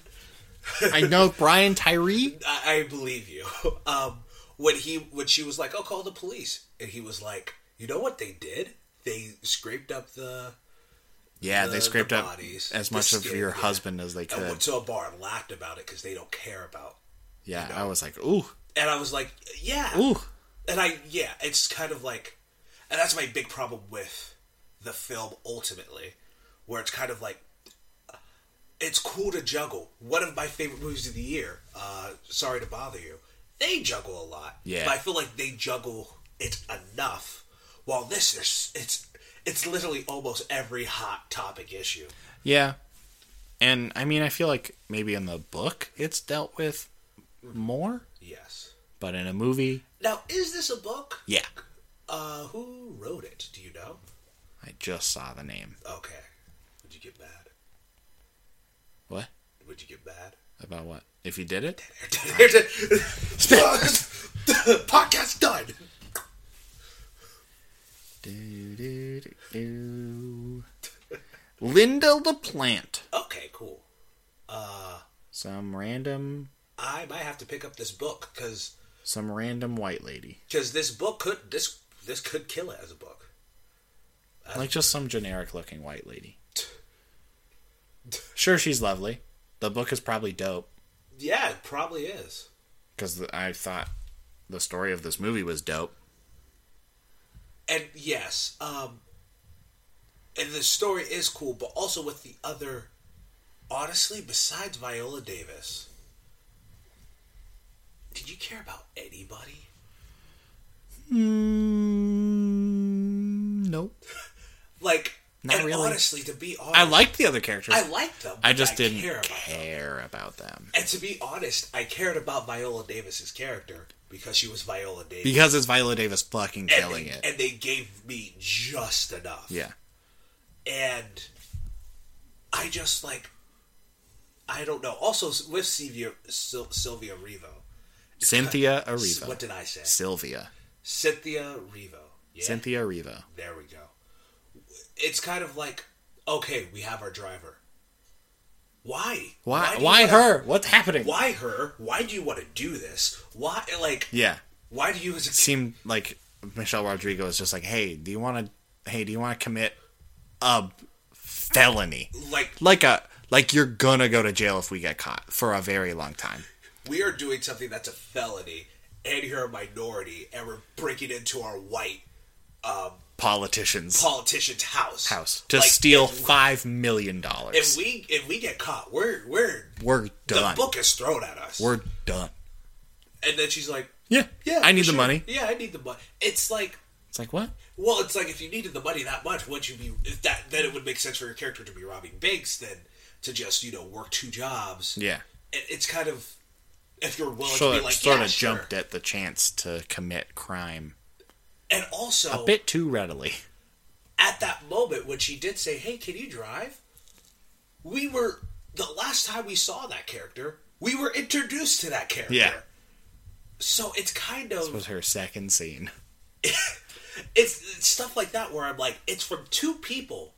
[SPEAKER 1] I know Brian Tyree.
[SPEAKER 2] I, I believe you. Um, when he when she was like, "Oh, call the police," and he was like, "You know what they did? They scraped up the
[SPEAKER 1] Yeah,
[SPEAKER 2] the-
[SPEAKER 1] they scraped
[SPEAKER 2] the
[SPEAKER 1] up
[SPEAKER 2] bodies,
[SPEAKER 1] as
[SPEAKER 2] the
[SPEAKER 1] much of
[SPEAKER 2] skin,
[SPEAKER 1] your
[SPEAKER 2] yeah.
[SPEAKER 1] husband as they
[SPEAKER 2] and
[SPEAKER 1] could.
[SPEAKER 2] went to a bar and laughed about it because they don't care about.
[SPEAKER 1] Yeah, I was like, ooh,
[SPEAKER 2] And I was like, yeah,
[SPEAKER 1] ooh,
[SPEAKER 2] and I yeah, it's kind of like, and that's my big problem with the film ultimately, where it's kind of like, it's cool to juggle. One of my favorite movies of the year, uh, Sorry to Bother You, they juggle a lot.
[SPEAKER 1] Yeah.
[SPEAKER 2] but I feel like they juggle it enough. While this, there's it's it's literally almost every hot topic issue.
[SPEAKER 1] yeah. And I mean, I feel like maybe in the book it's dealt with more,
[SPEAKER 2] Yes.
[SPEAKER 1] but in a movie,
[SPEAKER 2] Now, is this a book?
[SPEAKER 1] yeah.
[SPEAKER 2] Uh, who wrote it? Do you know?
[SPEAKER 1] I just saw the name.
[SPEAKER 2] Okay. Would you get mad?
[SPEAKER 1] What
[SPEAKER 2] Would you get mad?
[SPEAKER 1] about what? If you did it,
[SPEAKER 2] Podcast done.
[SPEAKER 1] Do-do-do-do. Linda the plant.
[SPEAKER 2] Okay, cool. Uh,
[SPEAKER 1] Some random,
[SPEAKER 2] I might have to pick up this book because
[SPEAKER 1] some random white lady,
[SPEAKER 2] this book could this this could kill it as a book.
[SPEAKER 1] like just some generic looking white lady. Sure, she's lovely. The book is probably dope.
[SPEAKER 2] Yeah, it probably is.
[SPEAKER 1] because I thought the story of this movie was dope.
[SPEAKER 2] And yes, um, and the story is cool, but also with the other, honestly, besides Viola Davis, did you care about anybody?
[SPEAKER 1] Mm, nope.
[SPEAKER 2] Like,
[SPEAKER 1] Not
[SPEAKER 2] and
[SPEAKER 1] really.
[SPEAKER 2] honestly, to be honest,
[SPEAKER 1] I liked the other characters.
[SPEAKER 2] I
[SPEAKER 1] I,
[SPEAKER 2] liked them. but
[SPEAKER 1] just didn't
[SPEAKER 2] care
[SPEAKER 1] care, about
[SPEAKER 2] about them.
[SPEAKER 1] them
[SPEAKER 2] And to be honest, I cared about Viola Davis's character because she was Viola Davis.
[SPEAKER 1] because it's Viola Davis fucking
[SPEAKER 2] and
[SPEAKER 1] killing
[SPEAKER 2] they,
[SPEAKER 1] it.
[SPEAKER 2] And they gave me just enough.
[SPEAKER 1] yeah,
[SPEAKER 2] and I just like I don't know. Also with Sylvia Syl- Sylvia Revo.
[SPEAKER 1] Cynthia
[SPEAKER 2] S-
[SPEAKER 1] Arriva.
[SPEAKER 2] What did I say?
[SPEAKER 1] Sylvia.
[SPEAKER 2] Cynthia Revo. Yeah.
[SPEAKER 1] Cynthia Arriva.
[SPEAKER 2] There we go. It's kind of like okay, we have our driver. Why?
[SPEAKER 1] Why?
[SPEAKER 2] do
[SPEAKER 1] Why,
[SPEAKER 2] you wanna-
[SPEAKER 1] her? What's happening?
[SPEAKER 2] Why her? Why do you want to do this? Why like
[SPEAKER 1] Yeah,
[SPEAKER 2] Why do you as a
[SPEAKER 1] It seemed like Michelle Rodrigo was just like, "Hey, do you want to? Hey, do you want to commit a felony?
[SPEAKER 2] kid, like
[SPEAKER 1] Like a like you're gonna go to jail if we get caught for a very long time."
[SPEAKER 2] we are doing something that's a felony and you're a minority and we're breaking into our white
[SPEAKER 1] Politicians
[SPEAKER 2] politician's house
[SPEAKER 1] house to
[SPEAKER 2] Like,
[SPEAKER 1] steal
[SPEAKER 2] if-
[SPEAKER 1] five million
[SPEAKER 2] if
[SPEAKER 1] dollars.
[SPEAKER 2] we if we get caught we're we're
[SPEAKER 1] We're
[SPEAKER 2] the
[SPEAKER 1] done.
[SPEAKER 2] book is thrown at us
[SPEAKER 1] We're done.
[SPEAKER 2] and then she's like
[SPEAKER 1] Yeah,
[SPEAKER 2] yeah
[SPEAKER 1] I
[SPEAKER 2] for
[SPEAKER 1] need
[SPEAKER 2] sure.
[SPEAKER 1] the money.
[SPEAKER 2] yeah i need the money it's like
[SPEAKER 1] It's like what?
[SPEAKER 2] well it's like if you needed the money that much would you be if that then it would make sense for your character to be robbing banks than to just you know work two jobs
[SPEAKER 1] Yeah.
[SPEAKER 2] it, it's kind of if you're willing
[SPEAKER 1] Sort
[SPEAKER 2] to
[SPEAKER 1] of,
[SPEAKER 2] be like
[SPEAKER 1] sort
[SPEAKER 2] yeah,
[SPEAKER 1] of
[SPEAKER 2] sure.
[SPEAKER 1] jumped at the chance to commit crime
[SPEAKER 2] and also
[SPEAKER 1] a bit too readily.
[SPEAKER 2] at that moment when she did say, "Hey, can you drive?" We were the last time we saw that character. We were introduced to that character.
[SPEAKER 1] Yeah.
[SPEAKER 2] So it's kind
[SPEAKER 1] This
[SPEAKER 2] of
[SPEAKER 1] was her second scene.
[SPEAKER 2] it's, it's stuff like that where I'm like, it's from two people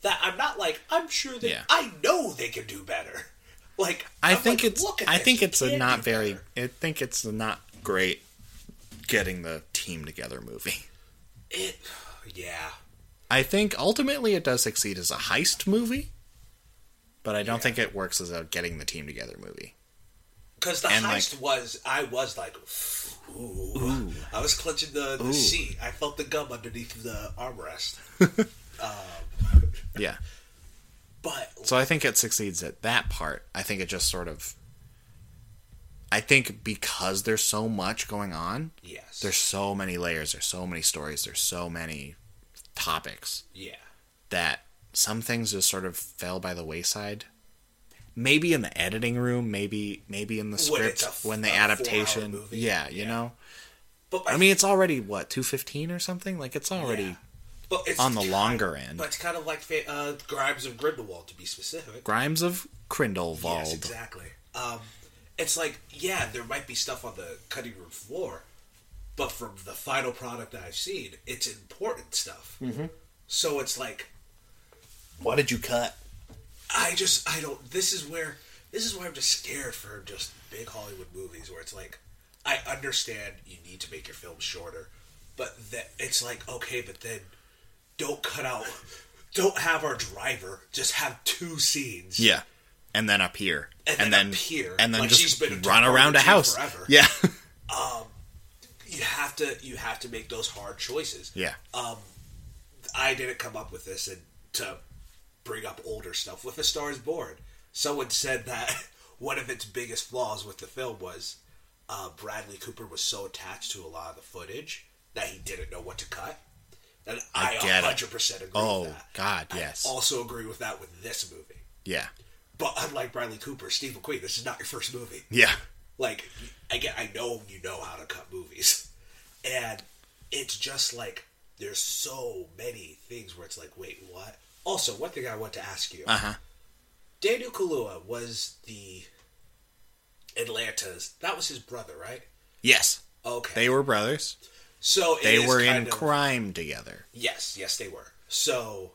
[SPEAKER 2] that I'm not like I'm sure that
[SPEAKER 1] Yeah.
[SPEAKER 2] I know they can do better. Like
[SPEAKER 1] I
[SPEAKER 2] I'm
[SPEAKER 1] think
[SPEAKER 2] like,
[SPEAKER 1] it's
[SPEAKER 2] look at
[SPEAKER 1] I
[SPEAKER 2] this,
[SPEAKER 1] think
[SPEAKER 2] you
[SPEAKER 1] it's a
[SPEAKER 2] can't
[SPEAKER 1] not
[SPEAKER 2] do
[SPEAKER 1] very
[SPEAKER 2] better.
[SPEAKER 1] I think it's a not great getting the team together movie.
[SPEAKER 2] It, yeah.
[SPEAKER 1] I think ultimately it does succeed as a heist movie, but I don't think it works as a getting the team together movie.
[SPEAKER 2] Because the
[SPEAKER 1] And, like-
[SPEAKER 2] heist was, I was like, ooh. I was clutching the, the seat. I felt the gum underneath the armrest.
[SPEAKER 1] Yeah.
[SPEAKER 2] But
[SPEAKER 1] So I think it succeeds at that part. I think it just sort of I think because there's so much going on,
[SPEAKER 2] yes,
[SPEAKER 1] there's so many layers, there's so many stories, there's so many topics.
[SPEAKER 2] yeah,
[SPEAKER 1] that some things just sort of fell by the wayside. Maybe in the editing room, maybe maybe in the
[SPEAKER 2] When it's
[SPEAKER 1] script
[SPEAKER 2] a-
[SPEAKER 1] when
[SPEAKER 2] a
[SPEAKER 1] the
[SPEAKER 2] four-hour
[SPEAKER 1] adaptation.
[SPEAKER 2] movie.
[SPEAKER 1] Yeah, you know.
[SPEAKER 2] but
[SPEAKER 1] I mean, it's already what two fifteen or something. Like it's already
[SPEAKER 2] yeah. but it's
[SPEAKER 1] on the
[SPEAKER 2] ki-
[SPEAKER 1] longer end.
[SPEAKER 2] But it's kind of like fa- uh, Grimes of Grindelwald, to be specific.
[SPEAKER 1] Grimes of Grindelwald.
[SPEAKER 2] Yes, exactly. Um, it's like yeah, there might be stuff on the cutting room floor, but from the final product I've seen, it's important stuff. Mm-hmm. So it's like
[SPEAKER 1] What did you cut?
[SPEAKER 2] I just I don't. This is where this is why I'm just scared for just big Hollywood movies where it's like I understand you need to make your film shorter, but that it's like okay, but then don't cut out, don't have our driver just have two scenes.
[SPEAKER 1] Yeah, and then up here,
[SPEAKER 2] And
[SPEAKER 1] and
[SPEAKER 2] then
[SPEAKER 1] then
[SPEAKER 2] up here.
[SPEAKER 1] and then
[SPEAKER 2] Like,
[SPEAKER 1] just
[SPEAKER 2] she's been a
[SPEAKER 1] run
[SPEAKER 2] target
[SPEAKER 1] around a
[SPEAKER 2] too
[SPEAKER 1] house.
[SPEAKER 2] forever.
[SPEAKER 1] Yeah,
[SPEAKER 2] you have to you have to make those hard choices.
[SPEAKER 1] yeah,
[SPEAKER 2] Um, I didn't come up with this, and to bring up older stuff with *The Stars Born*, someone said that one of its biggest flaws with the film was uh, Bradley Cooper was so attached to a lot of the footage that he didn't know what to cut. And I,
[SPEAKER 1] get it.
[SPEAKER 2] 100% agree
[SPEAKER 1] Oh,
[SPEAKER 2] with that.
[SPEAKER 1] God,
[SPEAKER 2] I
[SPEAKER 1] yes.
[SPEAKER 2] also agree with that with this movie.
[SPEAKER 1] yeah,
[SPEAKER 2] But unlike Bradley Cooper, Steve McQueen, this is not your first movie
[SPEAKER 1] yeah.
[SPEAKER 2] like again i know you know how to cut movies and it's just like there's so many things where it's like wait what also one thing i want to ask you
[SPEAKER 1] Uh huh.
[SPEAKER 2] daniel kalua was the atlanta's that was his brother right
[SPEAKER 1] Yes,
[SPEAKER 2] okay
[SPEAKER 1] they were brothers.
[SPEAKER 2] so it
[SPEAKER 1] They
[SPEAKER 2] is
[SPEAKER 1] were in
[SPEAKER 2] kind of-
[SPEAKER 1] crime together.
[SPEAKER 2] yes yes they were so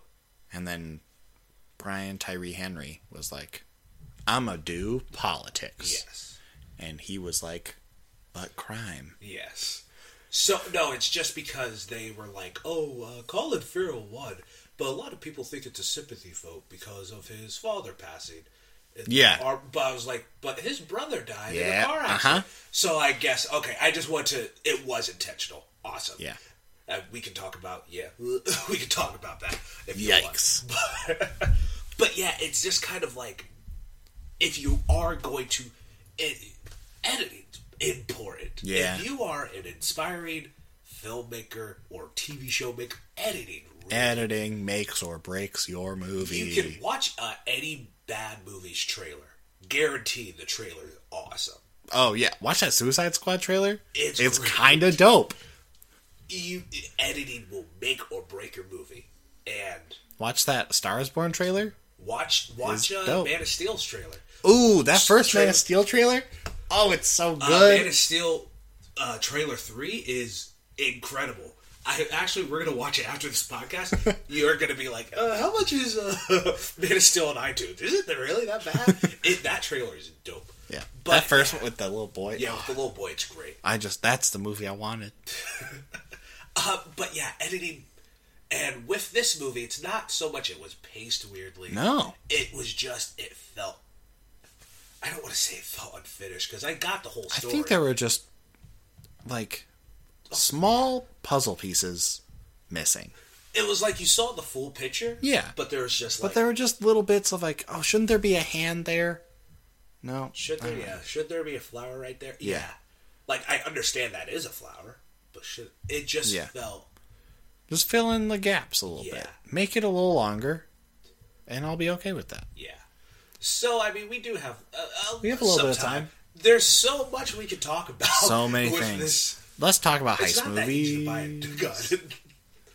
[SPEAKER 1] And then Brian Tyree Henry was like, I'm going to do politics.
[SPEAKER 2] yes
[SPEAKER 1] And he was like, but crime.
[SPEAKER 2] Yes. So no, it's just because they were like, "Oh, uh, Colin Farrell won," but a lot of people think it's a sympathy vote because of his father passing. And-
[SPEAKER 1] Yeah.
[SPEAKER 2] Or, but I was like, "But his brother died in
[SPEAKER 1] Yeah, uh-huh.
[SPEAKER 2] a car accident." So I guess okay. I just want to. It was intentional. Awesome.
[SPEAKER 1] Yeah.
[SPEAKER 2] And we can talk about yeah. we can talk about that if you want.
[SPEAKER 1] Yikes.
[SPEAKER 2] But yeah, it's just kind of like if you are going to it, editing important.
[SPEAKER 1] Yeah.
[SPEAKER 2] If you are an inspiring filmmaker or TV show maker, editing really,
[SPEAKER 1] Editing makes or breaks your
[SPEAKER 2] you can
[SPEAKER 1] movie.
[SPEAKER 2] watch uh, any bad movie's trailer. Guaranteed, the trailer is awesome.
[SPEAKER 1] Oh, yeah. Watch that Suicide Squad trailer.
[SPEAKER 2] It's
[SPEAKER 1] it's
[SPEAKER 2] great.
[SPEAKER 1] kind of dope.
[SPEAKER 2] You editing will make or break your movie. And
[SPEAKER 1] Watch that Star is Born trailer.
[SPEAKER 2] watch watch
[SPEAKER 1] It's
[SPEAKER 2] uh,
[SPEAKER 1] dope.
[SPEAKER 2] Man of Steel's trailer.
[SPEAKER 1] Ooh, that first Man
[SPEAKER 2] trailer.
[SPEAKER 1] of Steel trailer. Oh, it's so
[SPEAKER 2] Uh,
[SPEAKER 1] good.
[SPEAKER 2] Man of Steel uh, trailer three is incredible. I actually we're gonna watch it after this podcast. You're gonna be like, uh, how much is uh, Man of Steel on iTunes? Is it really that bad? it, that trailer is dope.
[SPEAKER 1] Yeah.
[SPEAKER 2] But-
[SPEAKER 1] that first one with the little boy.
[SPEAKER 2] Yeah, with the little boy, it's great.
[SPEAKER 1] I just that's the movie I wanted.
[SPEAKER 2] Uh, but yeah, editing. And with this movie, it's not so much it was paced weirdly.
[SPEAKER 1] No.
[SPEAKER 2] It was just, it felt. I don't want to say it felt unfinished because I got the whole
[SPEAKER 1] I
[SPEAKER 2] story.
[SPEAKER 1] think there were just like small puzzle pieces missing.
[SPEAKER 2] it was like you saw the full picture.
[SPEAKER 1] Yeah.
[SPEAKER 2] But there was just
[SPEAKER 1] But
[SPEAKER 2] like.
[SPEAKER 1] there were just little bits of like, oh, shouldn't there be a hand there? No.
[SPEAKER 2] should there, yeah, should there be a flower right there? Yeah.
[SPEAKER 1] Yeah.
[SPEAKER 2] Like, I understand that is a flower, but should. It just
[SPEAKER 1] Yeah.
[SPEAKER 2] felt.
[SPEAKER 1] Just fill in the gaps a little
[SPEAKER 2] Yeah.
[SPEAKER 1] bit. Make it a little longer, and I'll be okay with that.
[SPEAKER 2] Yeah. So I mean, we do have a, a,
[SPEAKER 1] We have a little
[SPEAKER 2] some
[SPEAKER 1] bit of time.
[SPEAKER 2] There's so much we could talk about.
[SPEAKER 1] So many
[SPEAKER 2] with
[SPEAKER 1] things.
[SPEAKER 2] This.
[SPEAKER 1] Let's talk about
[SPEAKER 2] It's
[SPEAKER 1] heist
[SPEAKER 2] not that easy to buy a
[SPEAKER 1] movies.
[SPEAKER 2] gun.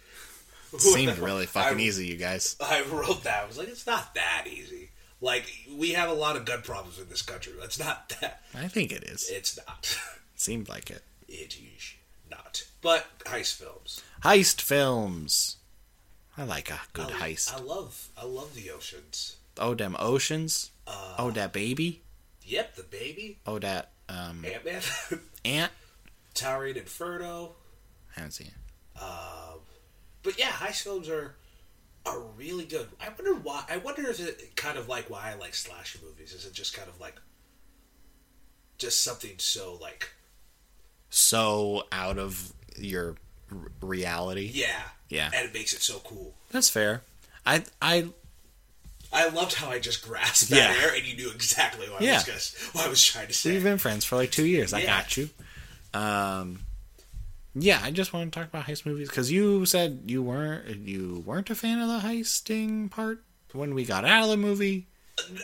[SPEAKER 1] Seemed really fucking
[SPEAKER 2] I-
[SPEAKER 1] easy, you guys.
[SPEAKER 2] I wrote that. I was like, it's not that easy. Like we have a lot of gun problems in this country. That's not that.
[SPEAKER 1] I think it is.
[SPEAKER 2] It's not.
[SPEAKER 1] Seemed like it.
[SPEAKER 2] It is not. But heist films.
[SPEAKER 1] Heist films. I like a good
[SPEAKER 2] I-
[SPEAKER 1] heist.
[SPEAKER 2] I love. I love the oceans.
[SPEAKER 1] oh, damn oceans.
[SPEAKER 2] Uh,
[SPEAKER 1] oh, that baby.
[SPEAKER 2] Yep, the baby
[SPEAKER 1] Oh, that um,
[SPEAKER 2] Ant Man,
[SPEAKER 1] ant.
[SPEAKER 2] Towering Inferno. um,
[SPEAKER 1] haven't seen it.
[SPEAKER 2] But yeah, heist films are are really good. I wonder why. I wonder if it kind of like why I like slasher movies. Is it just kind of like just something so like
[SPEAKER 1] So out of your r- reality.
[SPEAKER 2] yeah
[SPEAKER 1] Yeah.
[SPEAKER 2] and it makes it so cool.
[SPEAKER 1] That's fair. I I
[SPEAKER 2] I loved how I just grasped
[SPEAKER 1] Yeah.
[SPEAKER 2] that air and you knew exactly what I
[SPEAKER 1] Yeah.
[SPEAKER 2] was gonna, what I was trying to say.
[SPEAKER 1] we've been friends for like two years. I
[SPEAKER 2] Yeah.
[SPEAKER 1] got you. Um, yeah, I just want to talk about heist movies because you said you weren't you weren't a fan of the heisting part when we got out of the movie.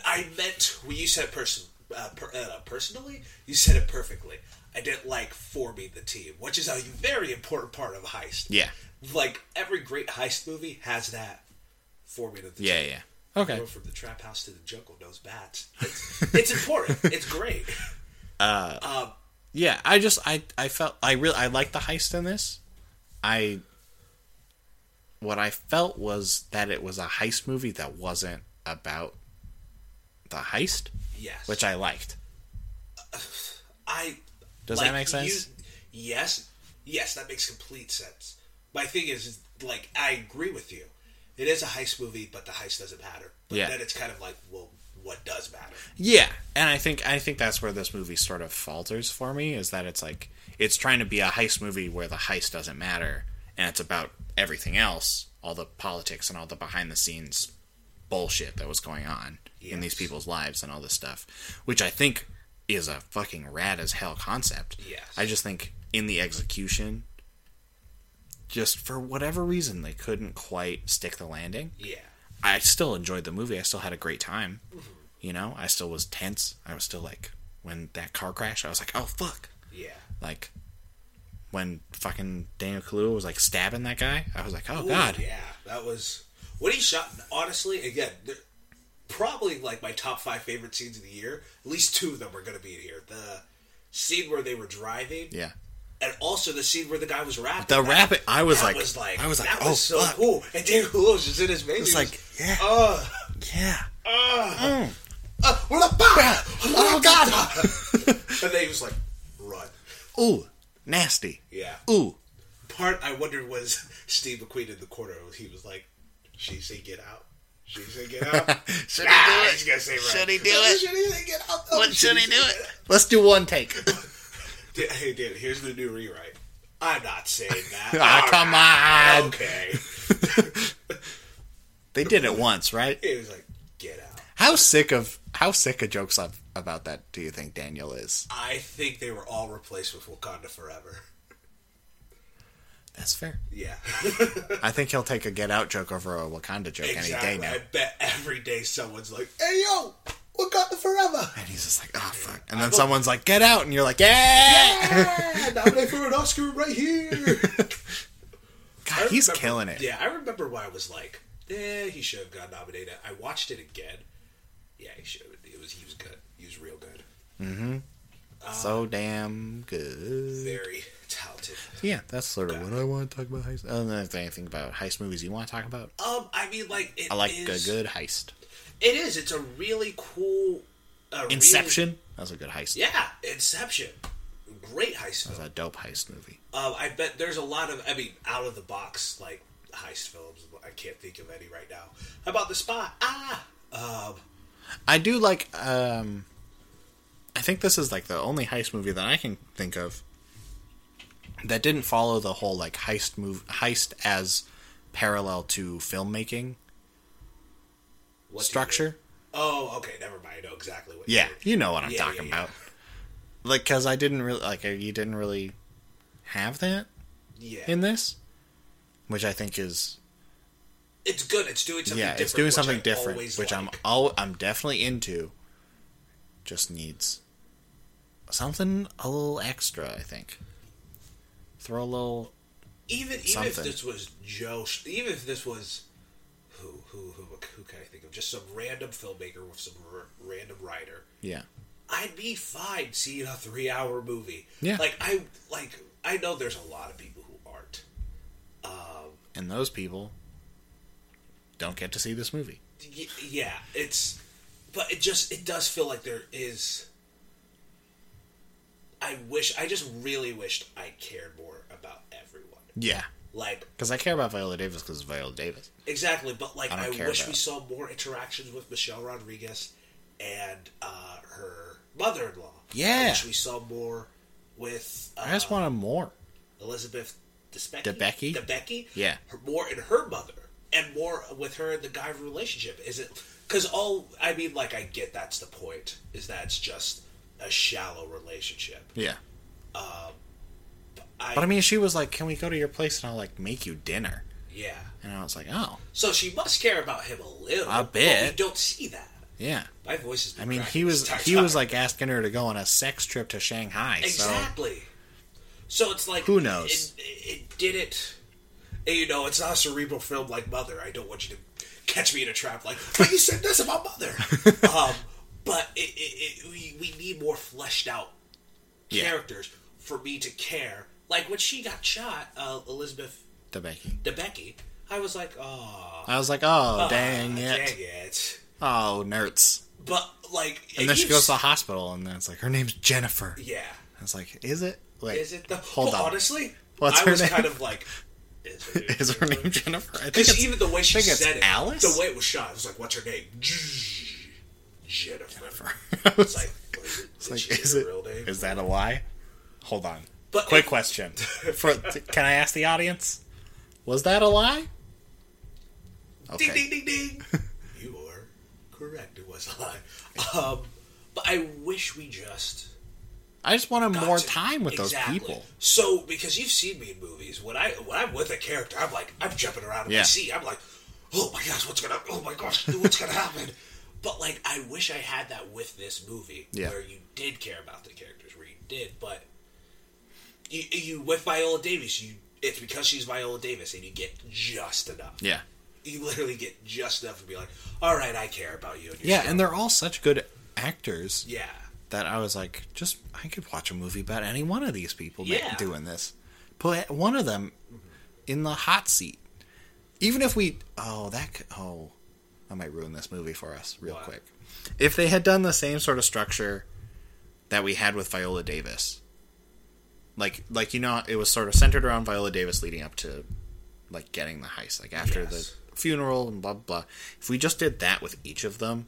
[SPEAKER 2] I meant when you said person uh, per, uh, personally, you said it perfectly. I didn't like forming the team, which is a very important part of a heist.
[SPEAKER 1] Yeah.
[SPEAKER 2] like every great heist movie has that forming of the team.
[SPEAKER 1] Yeah, yeah. Okay.
[SPEAKER 2] Going from the trap house to the jungle knows bats. It's, it's important. It's great.
[SPEAKER 1] Yeah, I just I I felt I really I liked the heist in this. I what I felt was that it was a heist movie that wasn't about the heist,
[SPEAKER 2] Yes.
[SPEAKER 1] which I liked.
[SPEAKER 2] I
[SPEAKER 1] Does that make sense?
[SPEAKER 2] you- yes. Yes, that makes complete sense. My thing is, is, like, I agree with you. It is a heist movie, but the heist doesn't matter. But
[SPEAKER 1] Yeah.
[SPEAKER 2] then it's kind of like, well, what does matter?
[SPEAKER 1] Yeah, and I think I think that's where this movie sort of falters for me is that it's like it's trying to be a heist movie where the heist doesn't matter and it's about everything else, all the politics and all the behind the scenes bullshit that was going on in these
[SPEAKER 2] Yes.
[SPEAKER 1] people's lives and all this stuff, which I think is a fucking rad as hell concept.
[SPEAKER 2] Yes.
[SPEAKER 1] I just think in the execution just for whatever reason they couldn't quite stick the landing.
[SPEAKER 2] Yeah.
[SPEAKER 1] I still enjoyed the movie. I still had a great time. You know, I still was tense. I was still like, when that car crash, I was like, oh fuck.
[SPEAKER 2] Yeah.
[SPEAKER 1] Like, when fucking Daniel Kaluuya was like stabbing that guy, I was like, oh
[SPEAKER 2] Ooh,
[SPEAKER 1] god.
[SPEAKER 2] Yeah. That was. What he shot, honestly, again, they're- probably like my top five favorite scenes of the year. At least two of them are going to be in here. The scene where they were driving.
[SPEAKER 1] Yeah.
[SPEAKER 2] And also the scene where the guy was rapping.
[SPEAKER 1] The
[SPEAKER 2] That-
[SPEAKER 1] rabbit, I was
[SPEAKER 2] that
[SPEAKER 1] like,
[SPEAKER 2] was like,
[SPEAKER 1] I was like,
[SPEAKER 2] that
[SPEAKER 1] oh
[SPEAKER 2] was so
[SPEAKER 1] fuck.
[SPEAKER 2] cool. And Daniel Lewis was in his baby.
[SPEAKER 1] It's like, yeah,
[SPEAKER 2] oh,
[SPEAKER 1] yeah.
[SPEAKER 2] uh, we're the bah!
[SPEAKER 1] Oh god.
[SPEAKER 2] And then he was like, run.
[SPEAKER 1] Ooh, nasty.
[SPEAKER 2] Yeah.
[SPEAKER 1] Ooh,
[SPEAKER 2] Part I wondered was Steve McQueen in the corner. He was like, she say get out. She say get out.
[SPEAKER 1] should
[SPEAKER 2] ah, he's gonna say run.
[SPEAKER 1] Should he do
[SPEAKER 2] No,
[SPEAKER 1] it?
[SPEAKER 2] Should he say get out? No, say get out.
[SPEAKER 1] Let's do one take.
[SPEAKER 2] Dude, Hey, dude, here's the new rewrite. I'm not saying that.
[SPEAKER 1] Ah,
[SPEAKER 2] All
[SPEAKER 1] come
[SPEAKER 2] right,
[SPEAKER 1] on.
[SPEAKER 2] Okay.
[SPEAKER 1] They did it once, right?
[SPEAKER 2] He was like, get out.
[SPEAKER 1] How sick of how sick of jokes ab- about that do you think Daniel is?
[SPEAKER 2] I think they were all replaced with Wakanda Forever.
[SPEAKER 1] That's fair.
[SPEAKER 2] Yeah.
[SPEAKER 1] I think he'll take a Get Out joke over a Wakanda joke any day now.
[SPEAKER 2] I bet every day someone's like, "Hey yo, what got the forever?"
[SPEAKER 1] And he's just like, oh fuck. And then someone's like, Get Out, and you're like, yeah.
[SPEAKER 2] Yeah, nominee for an Oscar right here.
[SPEAKER 1] God, he's
[SPEAKER 2] I remember-
[SPEAKER 1] killing it.
[SPEAKER 2] Yeah, I remember why I was like, "Eh, he should have got nominated." I watched it again. Yeah, he should. have. It was he was good. He was real good.
[SPEAKER 1] so damn good.
[SPEAKER 2] Very talented.
[SPEAKER 1] Yeah, that's sort of what I want to talk about. Heist. I don't know if there's anything about heist movies you want to talk about.
[SPEAKER 2] Um, I mean, like it
[SPEAKER 1] I like
[SPEAKER 2] is-
[SPEAKER 1] a good heist.
[SPEAKER 2] It is. It's a really cool a really-
[SPEAKER 1] Inception. that was a good heist.
[SPEAKER 2] yeah, Inception. Great heist
[SPEAKER 1] That
[SPEAKER 2] film.
[SPEAKER 1] was a dope heist movie.
[SPEAKER 2] Um, I bet there's a lot of, I mean, out of the box like heist films. I can't think of any right now. How about the spot? Ah, um,
[SPEAKER 1] I do like. um I think this is like the only heist movie that I can think of that didn't follow the whole like heist move heist as parallel to filmmaking
[SPEAKER 2] what do you
[SPEAKER 1] structure.
[SPEAKER 2] do? Oh, okay, never mind. I know exactly what. you
[SPEAKER 1] Yeah,
[SPEAKER 2] mean.
[SPEAKER 1] you know what I'm
[SPEAKER 2] Yeah,
[SPEAKER 1] talking
[SPEAKER 2] yeah, yeah.
[SPEAKER 1] about. Like, cause I didn't really like uh, you didn't really have that
[SPEAKER 2] yeah.
[SPEAKER 1] in this, which I think is
[SPEAKER 2] it's good. It's doing something.
[SPEAKER 1] yeah,
[SPEAKER 2] different,
[SPEAKER 1] it's doing
[SPEAKER 2] which
[SPEAKER 1] something
[SPEAKER 2] I
[SPEAKER 1] different,
[SPEAKER 2] always
[SPEAKER 1] which I'm
[SPEAKER 2] like.
[SPEAKER 1] all I'm definitely into. Just needs something a little extra, I think. Throw a little
[SPEAKER 2] even even if
[SPEAKER 1] something.
[SPEAKER 2] this was Joe, Sch- even if this was who who who who can I think of? Just some random filmmaker with some r- random writer.
[SPEAKER 1] yeah,
[SPEAKER 2] I'd be fine seeing a three-hour movie.
[SPEAKER 1] Yeah.
[SPEAKER 2] like I like I know there's a lot of people who aren't.
[SPEAKER 1] and those people don't get to see this movie.
[SPEAKER 2] Y- yeah, it's but it just it does feel like there is I wish I just really wished I cared more about everyone.
[SPEAKER 1] Yeah,
[SPEAKER 2] Like
[SPEAKER 1] because I care about Viola Davis because Viola Davis.
[SPEAKER 2] exactly, but like
[SPEAKER 1] I
[SPEAKER 2] I,
[SPEAKER 1] don't care
[SPEAKER 2] wish
[SPEAKER 1] about
[SPEAKER 2] we
[SPEAKER 1] it.
[SPEAKER 2] saw more interactions with Michelle Rodriguez and uh her mother-in-law. I
[SPEAKER 1] Yeah.
[SPEAKER 2] wish we saw more with uh,
[SPEAKER 1] I just wanted more.
[SPEAKER 2] Elizabeth Debicki.
[SPEAKER 1] Debicki?
[SPEAKER 2] Debicki.
[SPEAKER 1] Yeah.
[SPEAKER 2] Her, more in her mother, and more with her and the guy relationship. Is it? Because all I mean, like I get that's the point. Is that it's just a shallow relationship.
[SPEAKER 1] Yeah,
[SPEAKER 2] I,
[SPEAKER 1] but I mean, she was like, "Can we go to your place and I'll like make you dinner?"
[SPEAKER 2] yeah.
[SPEAKER 1] And I was like, "Oh,
[SPEAKER 2] So she must care about him a little.
[SPEAKER 1] I
[SPEAKER 2] But
[SPEAKER 1] bet.
[SPEAKER 2] we don't see that.
[SPEAKER 1] yeah."
[SPEAKER 2] My voice is.
[SPEAKER 1] I mean, he was he was like asking her to go on a sex trip to Shanghai. So
[SPEAKER 2] Exactly. So it's like
[SPEAKER 1] Who knows?
[SPEAKER 2] It, it, it did it. and, you know, it's not a cerebral film like Mother. I don't want you to catch me in a trap like, but you said this about Mother. um, but it, it, it, we we need more fleshed out
[SPEAKER 1] Yeah.
[SPEAKER 2] characters for me to care. Like when she got shot, uh, Elizabeth
[SPEAKER 1] to Becky,
[SPEAKER 2] Debicki, I was like, oh,
[SPEAKER 1] I was like, "Oh, dang it!
[SPEAKER 2] dang it.
[SPEAKER 1] Oh, nerds!"
[SPEAKER 2] But like,
[SPEAKER 1] And then she
[SPEAKER 2] you-
[SPEAKER 1] goes to the hospital, and then it's like her name's Jennifer.
[SPEAKER 2] yeah.
[SPEAKER 1] I was like, "Is it? Wait,
[SPEAKER 2] Is it the
[SPEAKER 1] hold
[SPEAKER 2] well,
[SPEAKER 1] on?
[SPEAKER 2] Honestly,
[SPEAKER 1] What's
[SPEAKER 2] I
[SPEAKER 1] her
[SPEAKER 2] was
[SPEAKER 1] name?
[SPEAKER 2] kind of like, is her name,
[SPEAKER 1] Is her name Jennifer? I think
[SPEAKER 2] Because
[SPEAKER 1] it's-
[SPEAKER 2] even the way she
[SPEAKER 1] I think it's
[SPEAKER 2] said it,
[SPEAKER 1] Alice?
[SPEAKER 2] the way it was shot, it was like, what's her name? Jennifer. It's like, what is it? Is,
[SPEAKER 1] Like,
[SPEAKER 2] she
[SPEAKER 1] is
[SPEAKER 2] her
[SPEAKER 1] it?
[SPEAKER 2] real name?
[SPEAKER 1] Is that a lie? Hold on.
[SPEAKER 2] But
[SPEAKER 1] Quick
[SPEAKER 2] if-
[SPEAKER 1] question. For can I ask the audience? Was that a lie?
[SPEAKER 2] Ding, ding, ding, ding. you are correct. It was a lie. Um, but I wish we just
[SPEAKER 1] I just wanted
[SPEAKER 2] got
[SPEAKER 1] more
[SPEAKER 2] to-
[SPEAKER 1] time with
[SPEAKER 2] Exactly.
[SPEAKER 1] those people.
[SPEAKER 2] So, because you've seen me in movies, when I when I'm with a character, I'm like I'm jumping around in
[SPEAKER 1] Yeah.
[SPEAKER 2] my seat. I'm like, oh my gosh, what's gonna? Oh my gosh, what's gonna happen? But like, I wish I had that with this movie,
[SPEAKER 1] Yeah.
[SPEAKER 2] where you did care about the characters, where you did. But you, you with Viola Davis, you it's because she's Viola Davis, and you get just enough.
[SPEAKER 1] Yeah.
[SPEAKER 2] You literally get just enough to be like, all right, I care about you. And your
[SPEAKER 1] Yeah,
[SPEAKER 2] story."
[SPEAKER 1] and they're all such good actors
[SPEAKER 2] yeah,
[SPEAKER 1] that I was like, just I could watch a movie about any one of these people ma-
[SPEAKER 2] Yeah.
[SPEAKER 1] doing this. Put one of them in the hot seat. Even if we, oh that, could, oh, I might ruin this movie for us real
[SPEAKER 2] What?
[SPEAKER 1] quick. If they had done the same sort of structure that we had with Viola Davis, like like you know, it was sort of centered around Viola Davis leading up to like getting the heist, like after
[SPEAKER 2] Yes.
[SPEAKER 1] the funeral and blah blah. If we just did that with each of them,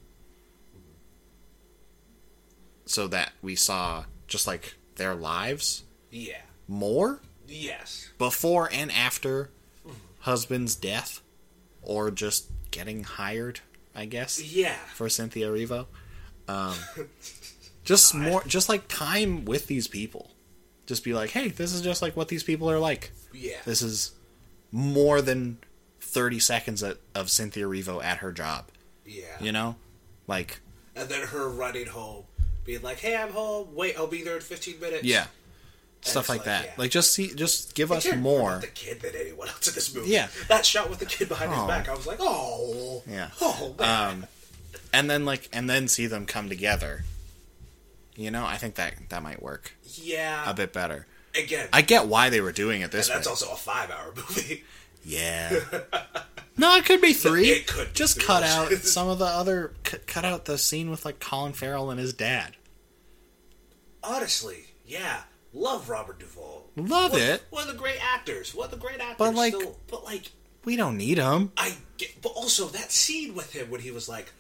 [SPEAKER 1] so that we saw just like their lives
[SPEAKER 2] yeah,
[SPEAKER 1] more
[SPEAKER 2] yes,
[SPEAKER 1] before and after
[SPEAKER 2] Mm-hmm.
[SPEAKER 1] husband's death or just getting hired i guess
[SPEAKER 2] yeah.
[SPEAKER 1] for cynthia revo um, just more just like time with these people just be like hey this is just like what these people are like
[SPEAKER 2] Yeah.
[SPEAKER 1] this is more than 30 seconds of, of cynthia revo at her job
[SPEAKER 2] yeah.
[SPEAKER 1] you know like
[SPEAKER 2] and then her running home, being like, "Hey, I'm home. Wait, I'll be there in 15 minutes."
[SPEAKER 1] yeah stuff
[SPEAKER 2] it's
[SPEAKER 1] like,
[SPEAKER 2] like,
[SPEAKER 1] that
[SPEAKER 2] yeah.
[SPEAKER 1] like just see just give us
[SPEAKER 2] Cared
[SPEAKER 1] more
[SPEAKER 2] about the kid than anyone else in this movie.
[SPEAKER 1] Yeah.
[SPEAKER 2] that shot with the kid behind
[SPEAKER 1] Oh.
[SPEAKER 2] his back, I was like, "Oh,
[SPEAKER 1] Yeah. Um,
[SPEAKER 2] oh man."
[SPEAKER 1] and then like and then see them come together you know i think that that might work
[SPEAKER 2] yeah."
[SPEAKER 1] a bit better
[SPEAKER 2] Again,
[SPEAKER 1] i get why they were doing it this
[SPEAKER 2] and that's
[SPEAKER 1] way
[SPEAKER 2] also a five-hour movie.
[SPEAKER 1] Yeah. No, it could be three.
[SPEAKER 2] It could be
[SPEAKER 1] Just
[SPEAKER 2] three.
[SPEAKER 1] cut out some of the other. Cut, cut out the scene with like Colin Farrell and his dad.
[SPEAKER 2] Honestly, yeah, love Robert Duvall.
[SPEAKER 1] Love
[SPEAKER 2] One-
[SPEAKER 1] it.
[SPEAKER 2] One of the great actors. One of the great actors.
[SPEAKER 1] But, like-
[SPEAKER 2] still, but like,
[SPEAKER 1] We don't need him.
[SPEAKER 2] I get, but also that scene with him when he was like,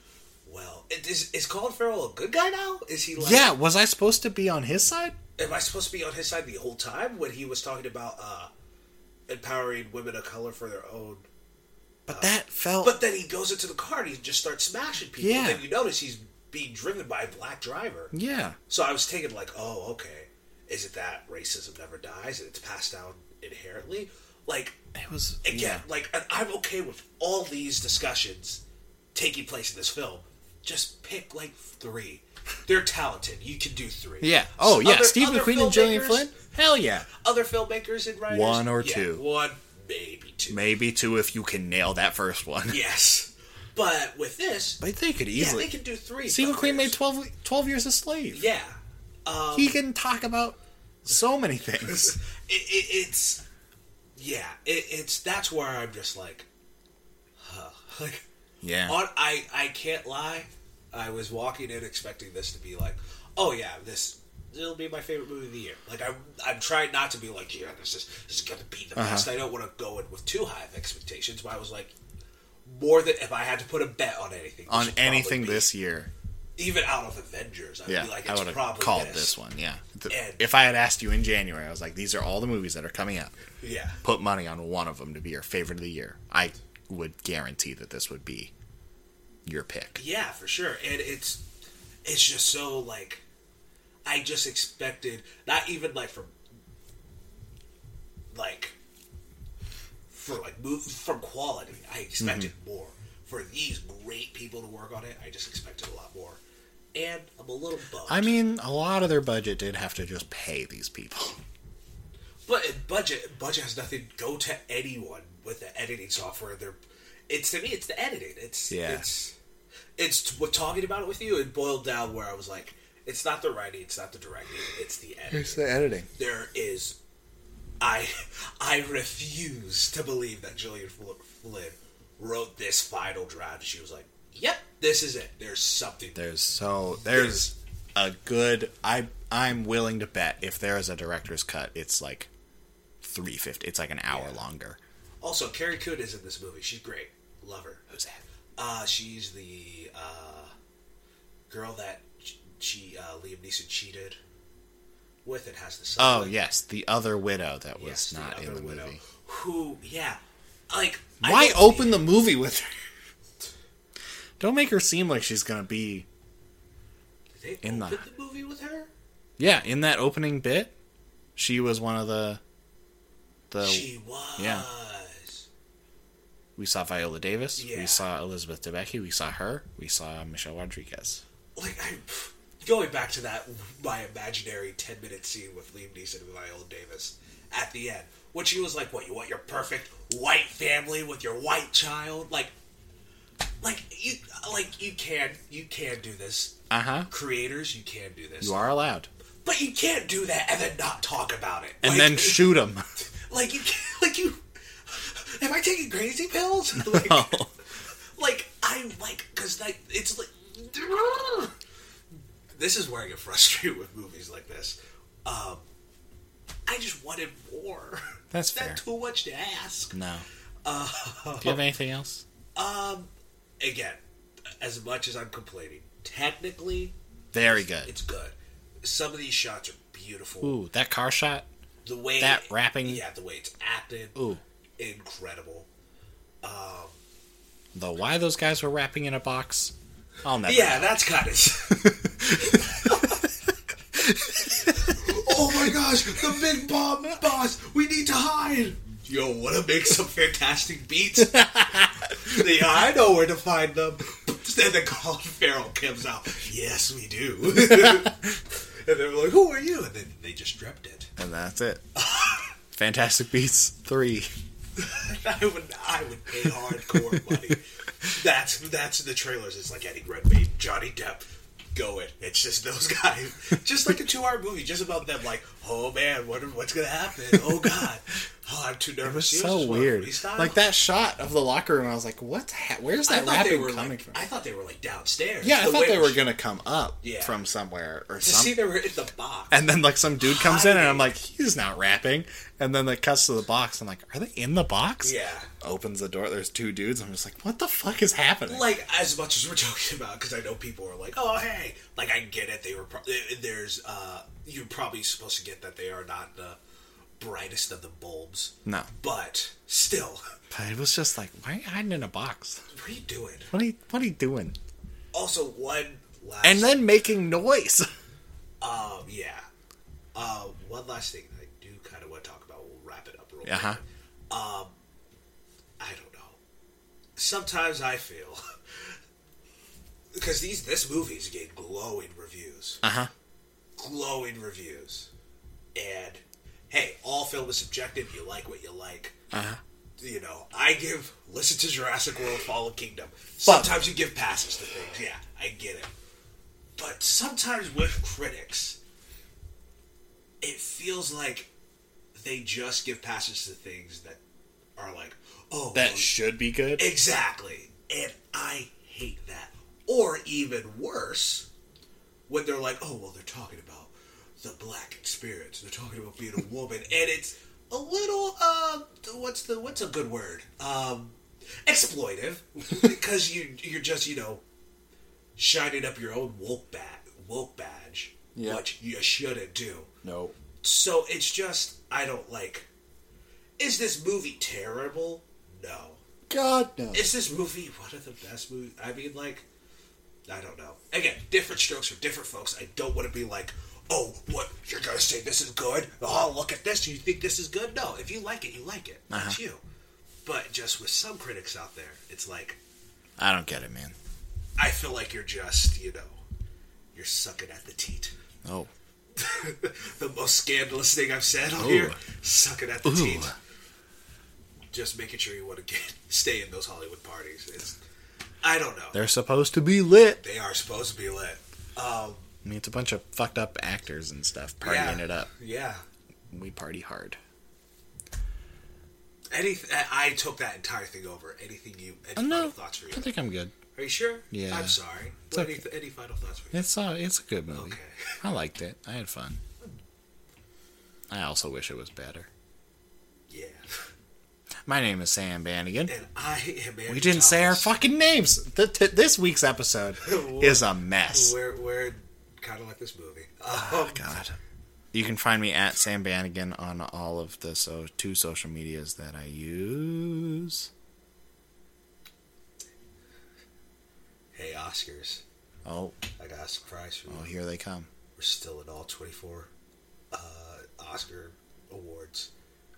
[SPEAKER 2] "Well, it- is is Colin Farrell a good guy now? Is he like?
[SPEAKER 1] Yeah, was I supposed to be on his side?
[SPEAKER 2] Am I supposed to be on his side the whole time when he was talking about uh empowering women of color for their own?
[SPEAKER 1] But that felt.
[SPEAKER 2] Uh, But then he goes into the car and he just starts smashing people.
[SPEAKER 1] Yeah.
[SPEAKER 2] And then you notice he's being driven by a black driver.
[SPEAKER 1] yeah.
[SPEAKER 2] So I was taken like, oh, okay. Is it that racism never dies and it's passed down inherently? Like
[SPEAKER 1] It was.
[SPEAKER 2] again,
[SPEAKER 1] Yeah.
[SPEAKER 2] like I- I'm okay with all these discussions taking place in this film. Just pick like three. They're talented. You can do three.
[SPEAKER 1] Yeah. Oh, yeah.
[SPEAKER 2] Other-
[SPEAKER 1] Stephen
[SPEAKER 2] other
[SPEAKER 1] Queen and Gillian
[SPEAKER 2] filmmakers-
[SPEAKER 1] Flynn? Hell yeah.
[SPEAKER 2] Other filmmakers and writers.
[SPEAKER 1] One or
[SPEAKER 2] Yeah,
[SPEAKER 1] two.
[SPEAKER 2] One, maybe two.
[SPEAKER 1] Maybe two if you can nail that first one.
[SPEAKER 2] Yes, but with this,
[SPEAKER 1] But they could
[SPEAKER 2] yeah,
[SPEAKER 1] easily.
[SPEAKER 2] they can do three.
[SPEAKER 1] Stephen
[SPEAKER 2] but
[SPEAKER 1] Queen made
[SPEAKER 2] there's-
[SPEAKER 1] 12, 12 years a slave.
[SPEAKER 2] Yeah, um,
[SPEAKER 1] He can talk about so many things.
[SPEAKER 2] it, it, it's yeah, it, it's that's where I'm just like, huh, like
[SPEAKER 1] Yeah.
[SPEAKER 2] On, I I can't lie. I was walking in expecting this to be like, oh yeah, this it'll be my favorite movie of the year. Like I'm I'm trying not to be like, yeah, this is this is gonna be the
[SPEAKER 1] Uh-huh.
[SPEAKER 2] best. I don't want to go in with too high of expectations. But I was like, more than if I had to put a bet on anything, this
[SPEAKER 1] on
[SPEAKER 2] would probably
[SPEAKER 1] anything
[SPEAKER 2] be-
[SPEAKER 1] this year.
[SPEAKER 2] even out of Avengers, I'd
[SPEAKER 1] Yeah,
[SPEAKER 2] be like,
[SPEAKER 1] I
[SPEAKER 2] it's
[SPEAKER 1] would have
[SPEAKER 2] probably
[SPEAKER 1] called
[SPEAKER 2] this.
[SPEAKER 1] this one. Yeah, Th-
[SPEAKER 2] And-
[SPEAKER 1] if I had asked you in January, I was like, "These are all the movies that are coming out.
[SPEAKER 2] Yeah,
[SPEAKER 1] Put money on one of them to be your favorite of the year." I would guarantee that this would be your pick.
[SPEAKER 2] Yeah, for sure. And it's it's just so like I just expected not even like from like for like move from quality. I expected more. For these great people to work on it, I just expected a lot more. And I'm a little bummed.
[SPEAKER 1] I mean, a lot of their budget did have to just pay these people.
[SPEAKER 2] But in budget budget has nothing go to anyone with the editing software. They're it's to me it's the editing. It's
[SPEAKER 1] Yeah.
[SPEAKER 2] it's it's t- talking about it with you, it boiled down where I was like, it's not the writing, it's not the directing, it's the editing.
[SPEAKER 1] the editing.
[SPEAKER 2] There is I I refuse to believe that Gillian Fl- Flynn wrote this final draft. She was like, Yep, this is it. There's something
[SPEAKER 1] There's so there's a good. I I'm willing to bet if there is a director's cut, it's like three fifty. It's like an hour longer.
[SPEAKER 2] Also, Carrie Coon is in this movie. She's great. Love her.
[SPEAKER 1] Who's that?
[SPEAKER 2] Uh, she's the uh, girl that ch- she uh, Liam Neeson cheated with and has the son.
[SPEAKER 1] Oh
[SPEAKER 2] with.
[SPEAKER 1] yes, the other widow that was
[SPEAKER 2] Yes,
[SPEAKER 1] not in the movie.
[SPEAKER 2] Who? Yeah, like I
[SPEAKER 1] Why
[SPEAKER 2] don't-
[SPEAKER 1] open the movie with her? Don't make her seem like she's gonna be
[SPEAKER 2] Did they
[SPEAKER 1] in the-
[SPEAKER 2] open the... movie with her?
[SPEAKER 1] Yeah, in that opening bit, she was one of the the
[SPEAKER 2] she was.
[SPEAKER 1] yeah. we saw Viola Davis,
[SPEAKER 2] Yeah.
[SPEAKER 1] we saw Elizabeth Debicki, we saw her, we saw Michelle Rodriguez.
[SPEAKER 2] Like I. Going back to that, my imaginary ten-minute scene with Liam Neeson and Viola Davis at the end, when she was like, "What you want your perfect white family with your white child?" Like, like you, like you can, you can do this.
[SPEAKER 1] Uh-huh.
[SPEAKER 2] creators, you can do this.
[SPEAKER 1] You are allowed.
[SPEAKER 2] But you can't do that and then not talk about it.
[SPEAKER 1] And
[SPEAKER 2] like,
[SPEAKER 1] then shoot them.
[SPEAKER 2] like you, can't, like you, am I taking crazy pills? Like, like I like because like it's like this is where I get frustrated with movies like this. Um, I just wanted more.
[SPEAKER 1] That's
[SPEAKER 2] Is that
[SPEAKER 1] fair.
[SPEAKER 2] too much to ask?
[SPEAKER 1] no. Uh, Do you have anything else?
[SPEAKER 2] Again, as much as I'm complaining, technically
[SPEAKER 1] Very good.
[SPEAKER 2] it's good. Some of these shots are beautiful.
[SPEAKER 1] Ooh, that car shot.
[SPEAKER 2] the way
[SPEAKER 1] That rapping-
[SPEAKER 2] yeah, the way it's acted,
[SPEAKER 1] Ooh.
[SPEAKER 2] incredible.
[SPEAKER 1] The why those guys were wrapping in a box. I'll never
[SPEAKER 2] Yeah, that's kind of. oh my gosh, the big bomb boss! We need to hide. Yo, wanna make some fantastic beats? yeah, I know where to find them. And then Colin Farrell comes out. Yes, we do. and they're like, "Who are you?" And then they just dreamt it.
[SPEAKER 1] And that's it. Fantastic Beasts 3.
[SPEAKER 2] I would I would pay hardcore money. That's that's the trailers. It's like Eddie Redmayne, Johnny Depp, going. It's just those guys. Just like a two hour movie, just about them. Like, oh man, what what's gonna happen? Oh god, Oh, I'm too nervous.
[SPEAKER 1] It was
[SPEAKER 2] He
[SPEAKER 1] so
[SPEAKER 2] just one of
[SPEAKER 1] weird.
[SPEAKER 2] freestyle.
[SPEAKER 1] Like that shot of the locker room, I was like, "What's ha- where's
[SPEAKER 2] I
[SPEAKER 1] that
[SPEAKER 2] thought they
[SPEAKER 1] rapping
[SPEAKER 2] were
[SPEAKER 1] coming
[SPEAKER 2] like.
[SPEAKER 1] from?"
[SPEAKER 2] I thought they were like downstairs.
[SPEAKER 1] yeah, I
[SPEAKER 2] The
[SPEAKER 1] thought they were
[SPEAKER 2] winch.
[SPEAKER 1] gonna come up
[SPEAKER 2] Yeah.
[SPEAKER 1] from somewhere or
[SPEAKER 2] To see
[SPEAKER 1] something.
[SPEAKER 2] they were in the box.
[SPEAKER 1] And then like some dude comes in, and I'm
[SPEAKER 2] hiding.
[SPEAKER 1] like, "He's not rapping." And then like cuts to the box. I'm like, "Are they in the box?"
[SPEAKER 2] Yeah.
[SPEAKER 1] Opens the door. There's two dudes. I'm just like, "What the fuck is happening?"
[SPEAKER 2] like as much as we're talking about because i know people are like oh hey like i get it they were pro- eh, there's uh you're probably supposed to get that they are not the brightest of the bulbs
[SPEAKER 1] no,
[SPEAKER 2] but still
[SPEAKER 1] but it was just like, "Why are you hiding in a box?
[SPEAKER 2] what are you doing
[SPEAKER 1] What are you What are you doing?"
[SPEAKER 2] also one last
[SPEAKER 1] And then making noise.
[SPEAKER 2] um yeah uh one last thing i do kind of want to talk about we'll wrap it up real quick.
[SPEAKER 1] Uh-huh.
[SPEAKER 2] I don't know. Sometimes I feel because these this movie's getting glowing reviews.
[SPEAKER 1] Uh-huh.
[SPEAKER 2] Glowing reviews, and hey, all film is subjective. You like what you like.
[SPEAKER 1] Uh-huh.
[SPEAKER 2] You know, I give listen to Jurassic World, Fallen Kingdom. Sometimes you give passes to things. Yeah, I get it. But sometimes with critics, it feels like they just give passes to things that are like, oh, well,
[SPEAKER 1] That should be good.
[SPEAKER 2] Exactly. And I hate that. Or even worse, when they're like, oh, well, they're talking about the black experience. They're talking about being a woman. And it's a little, uh, what's the, what's a good word? Um, exploitive. because you, you're just, you know, shining up your own woke, ba- woke badge,
[SPEAKER 1] Yeah.
[SPEAKER 2] which you shouldn't do.
[SPEAKER 1] no.
[SPEAKER 2] So it's just, I don't like. Is this movie terrible? No
[SPEAKER 1] God no.
[SPEAKER 2] is this movie one of the best movies? I mean, like, I don't know. Again, different strokes for different folks. I don't want to be like, oh, what you're gonna say this is good? Oh, look at this. You think this is good? No, if you like it, you like it.
[SPEAKER 1] Uh-huh.
[SPEAKER 2] That's you. But just with some critics out there, it's like
[SPEAKER 1] I don't get it, man.
[SPEAKER 2] I feel like you're just, you know, you're sucking at the teat.
[SPEAKER 1] Oh.
[SPEAKER 2] the most scandalous thing I've said on
[SPEAKER 1] Ooh.
[SPEAKER 2] here. Sucking at the
[SPEAKER 1] Ooh.
[SPEAKER 2] teat. Just making sure you want to get stay in those Hollywood parties. It's, I don't know.
[SPEAKER 1] They're supposed to be lit.
[SPEAKER 2] they are supposed to be lit. Um,
[SPEAKER 1] I mean, it's a bunch of fucked up actors and stuff
[SPEAKER 2] yeah,
[SPEAKER 1] partying it up.
[SPEAKER 2] Yeah.
[SPEAKER 1] We party hard.
[SPEAKER 2] Anything. I I took that entire thing over. Anything you?
[SPEAKER 1] Oh,
[SPEAKER 2] Any final thoughts for
[SPEAKER 1] I
[SPEAKER 2] you?
[SPEAKER 1] think I'm good.
[SPEAKER 2] Are you sure?
[SPEAKER 1] Yeah.
[SPEAKER 2] I'm sorry.
[SPEAKER 1] It's
[SPEAKER 2] What-
[SPEAKER 1] okay.
[SPEAKER 2] any, any final thoughts for you?
[SPEAKER 1] It's a, it's a good movie.
[SPEAKER 2] Okay.
[SPEAKER 1] I liked it. I had fun. I also wish it was better.
[SPEAKER 2] Yeah.
[SPEAKER 1] My name is Sam Bannigan.
[SPEAKER 2] And I am. Andrew
[SPEAKER 1] We didn't say our
[SPEAKER 2] Thomas.
[SPEAKER 1] fucking names. Th- th- this week's episode is a mess.
[SPEAKER 2] We're we're kind of like this movie.
[SPEAKER 1] Oh
[SPEAKER 2] Um,
[SPEAKER 1] God. You can find me at Sam Bannigan on all of the so two social medias that I use.
[SPEAKER 2] hey, Oscars.
[SPEAKER 1] Oh,
[SPEAKER 2] I got a surprise for you.
[SPEAKER 1] oh, here they come.
[SPEAKER 2] We're still in all 24 uh, Oscar awards.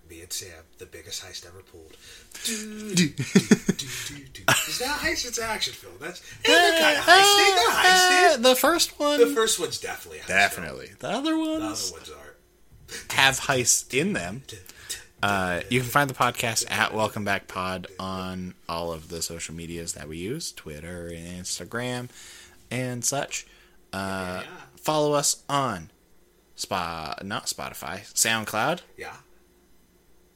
[SPEAKER 2] Me and Sam, the biggest heist ever pulled. Do, do, do, do, do. Is that a heist? It's an action film. That's eh, hey, they're kind of heisty. They're
[SPEAKER 1] Eh,
[SPEAKER 2] heisty.
[SPEAKER 1] the first one.
[SPEAKER 2] The first one's definitely a heist.
[SPEAKER 1] Definitely. The other
[SPEAKER 2] Film. The
[SPEAKER 1] ones
[SPEAKER 2] other ones are.
[SPEAKER 1] have heists in them. Uh, you can find the podcast at Welcome Back Pod on all of the social medias that we use Twitter and Instagram and such. Uh,
[SPEAKER 2] Yeah.
[SPEAKER 1] follow us on Spot, not Spotify, SoundCloud.
[SPEAKER 2] Yeah.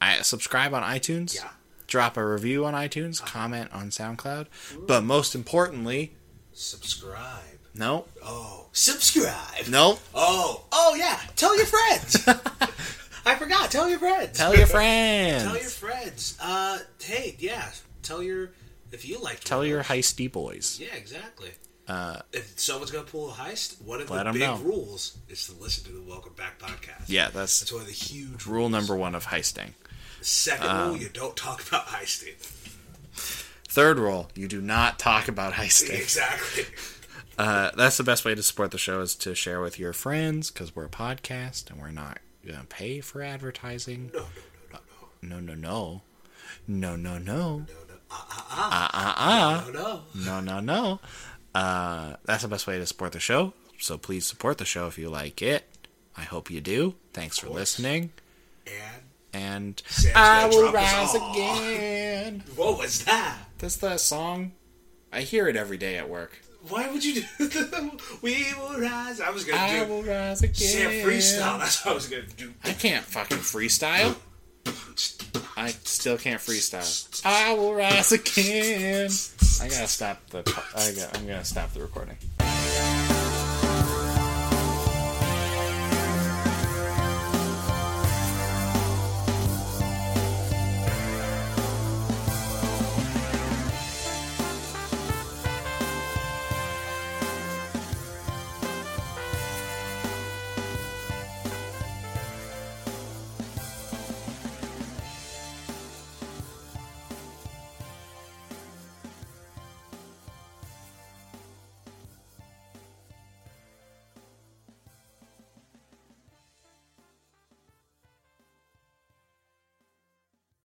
[SPEAKER 1] I subscribe on iTunes.
[SPEAKER 2] Yeah.
[SPEAKER 1] Drop a review on iTunes. Comment on SoundCloud. But most importantly,
[SPEAKER 2] Subscribe.
[SPEAKER 1] no,
[SPEAKER 2] Oh, subscribe.
[SPEAKER 1] no,
[SPEAKER 2] Oh, oh yeah. Tell your friends. I forgot. Tell your friends.
[SPEAKER 1] tell your friends.
[SPEAKER 2] Tell your friends. Uh, hey, yeah. Tell your if you like.
[SPEAKER 1] Tell your heisty boys.
[SPEAKER 2] Yeah, exactly. if someone's gonna pull a heist, one of
[SPEAKER 1] let
[SPEAKER 2] the
[SPEAKER 1] 'em
[SPEAKER 2] big
[SPEAKER 1] know.
[SPEAKER 2] rules is to listen to the Welcome Back podcast.
[SPEAKER 1] Yeah, that's
[SPEAKER 2] that's one of the huge
[SPEAKER 1] rule Um, number one of heisting.
[SPEAKER 2] Second rule: you don't talk about heisting.
[SPEAKER 1] Third rule, you do not talk about heisting.
[SPEAKER 2] exactly.
[SPEAKER 1] Uh, that's the best way to support the show is to share with your friends because we're a podcast and we're not going to pay for advertising.
[SPEAKER 2] No, no, no, no, no,
[SPEAKER 1] No, no, no. No, no, no.
[SPEAKER 2] no, no. Ah, ah, ah. Uh, uh, uh. No, no.
[SPEAKER 1] No, no, no. Uh, that's the best way to support the show. So please support the show if you like it. I hope you do. Thanks for listening.
[SPEAKER 2] And
[SPEAKER 1] And
[SPEAKER 2] Sam's
[SPEAKER 1] I
[SPEAKER 2] gonna
[SPEAKER 1] will
[SPEAKER 2] drop us
[SPEAKER 1] rise
[SPEAKER 2] all.
[SPEAKER 1] again.
[SPEAKER 2] what was that?
[SPEAKER 1] That's the song. I hear it every day at work.
[SPEAKER 2] Why would you do? that? we will rise. I was gonna
[SPEAKER 1] I
[SPEAKER 2] do
[SPEAKER 1] will rise again.
[SPEAKER 2] Sam freestyle. That's what I was gonna do.
[SPEAKER 1] I can't fucking freestyle. I still can't freestyle. I will rise again. I gotta stop the. I got, I'm gonna stop the recording.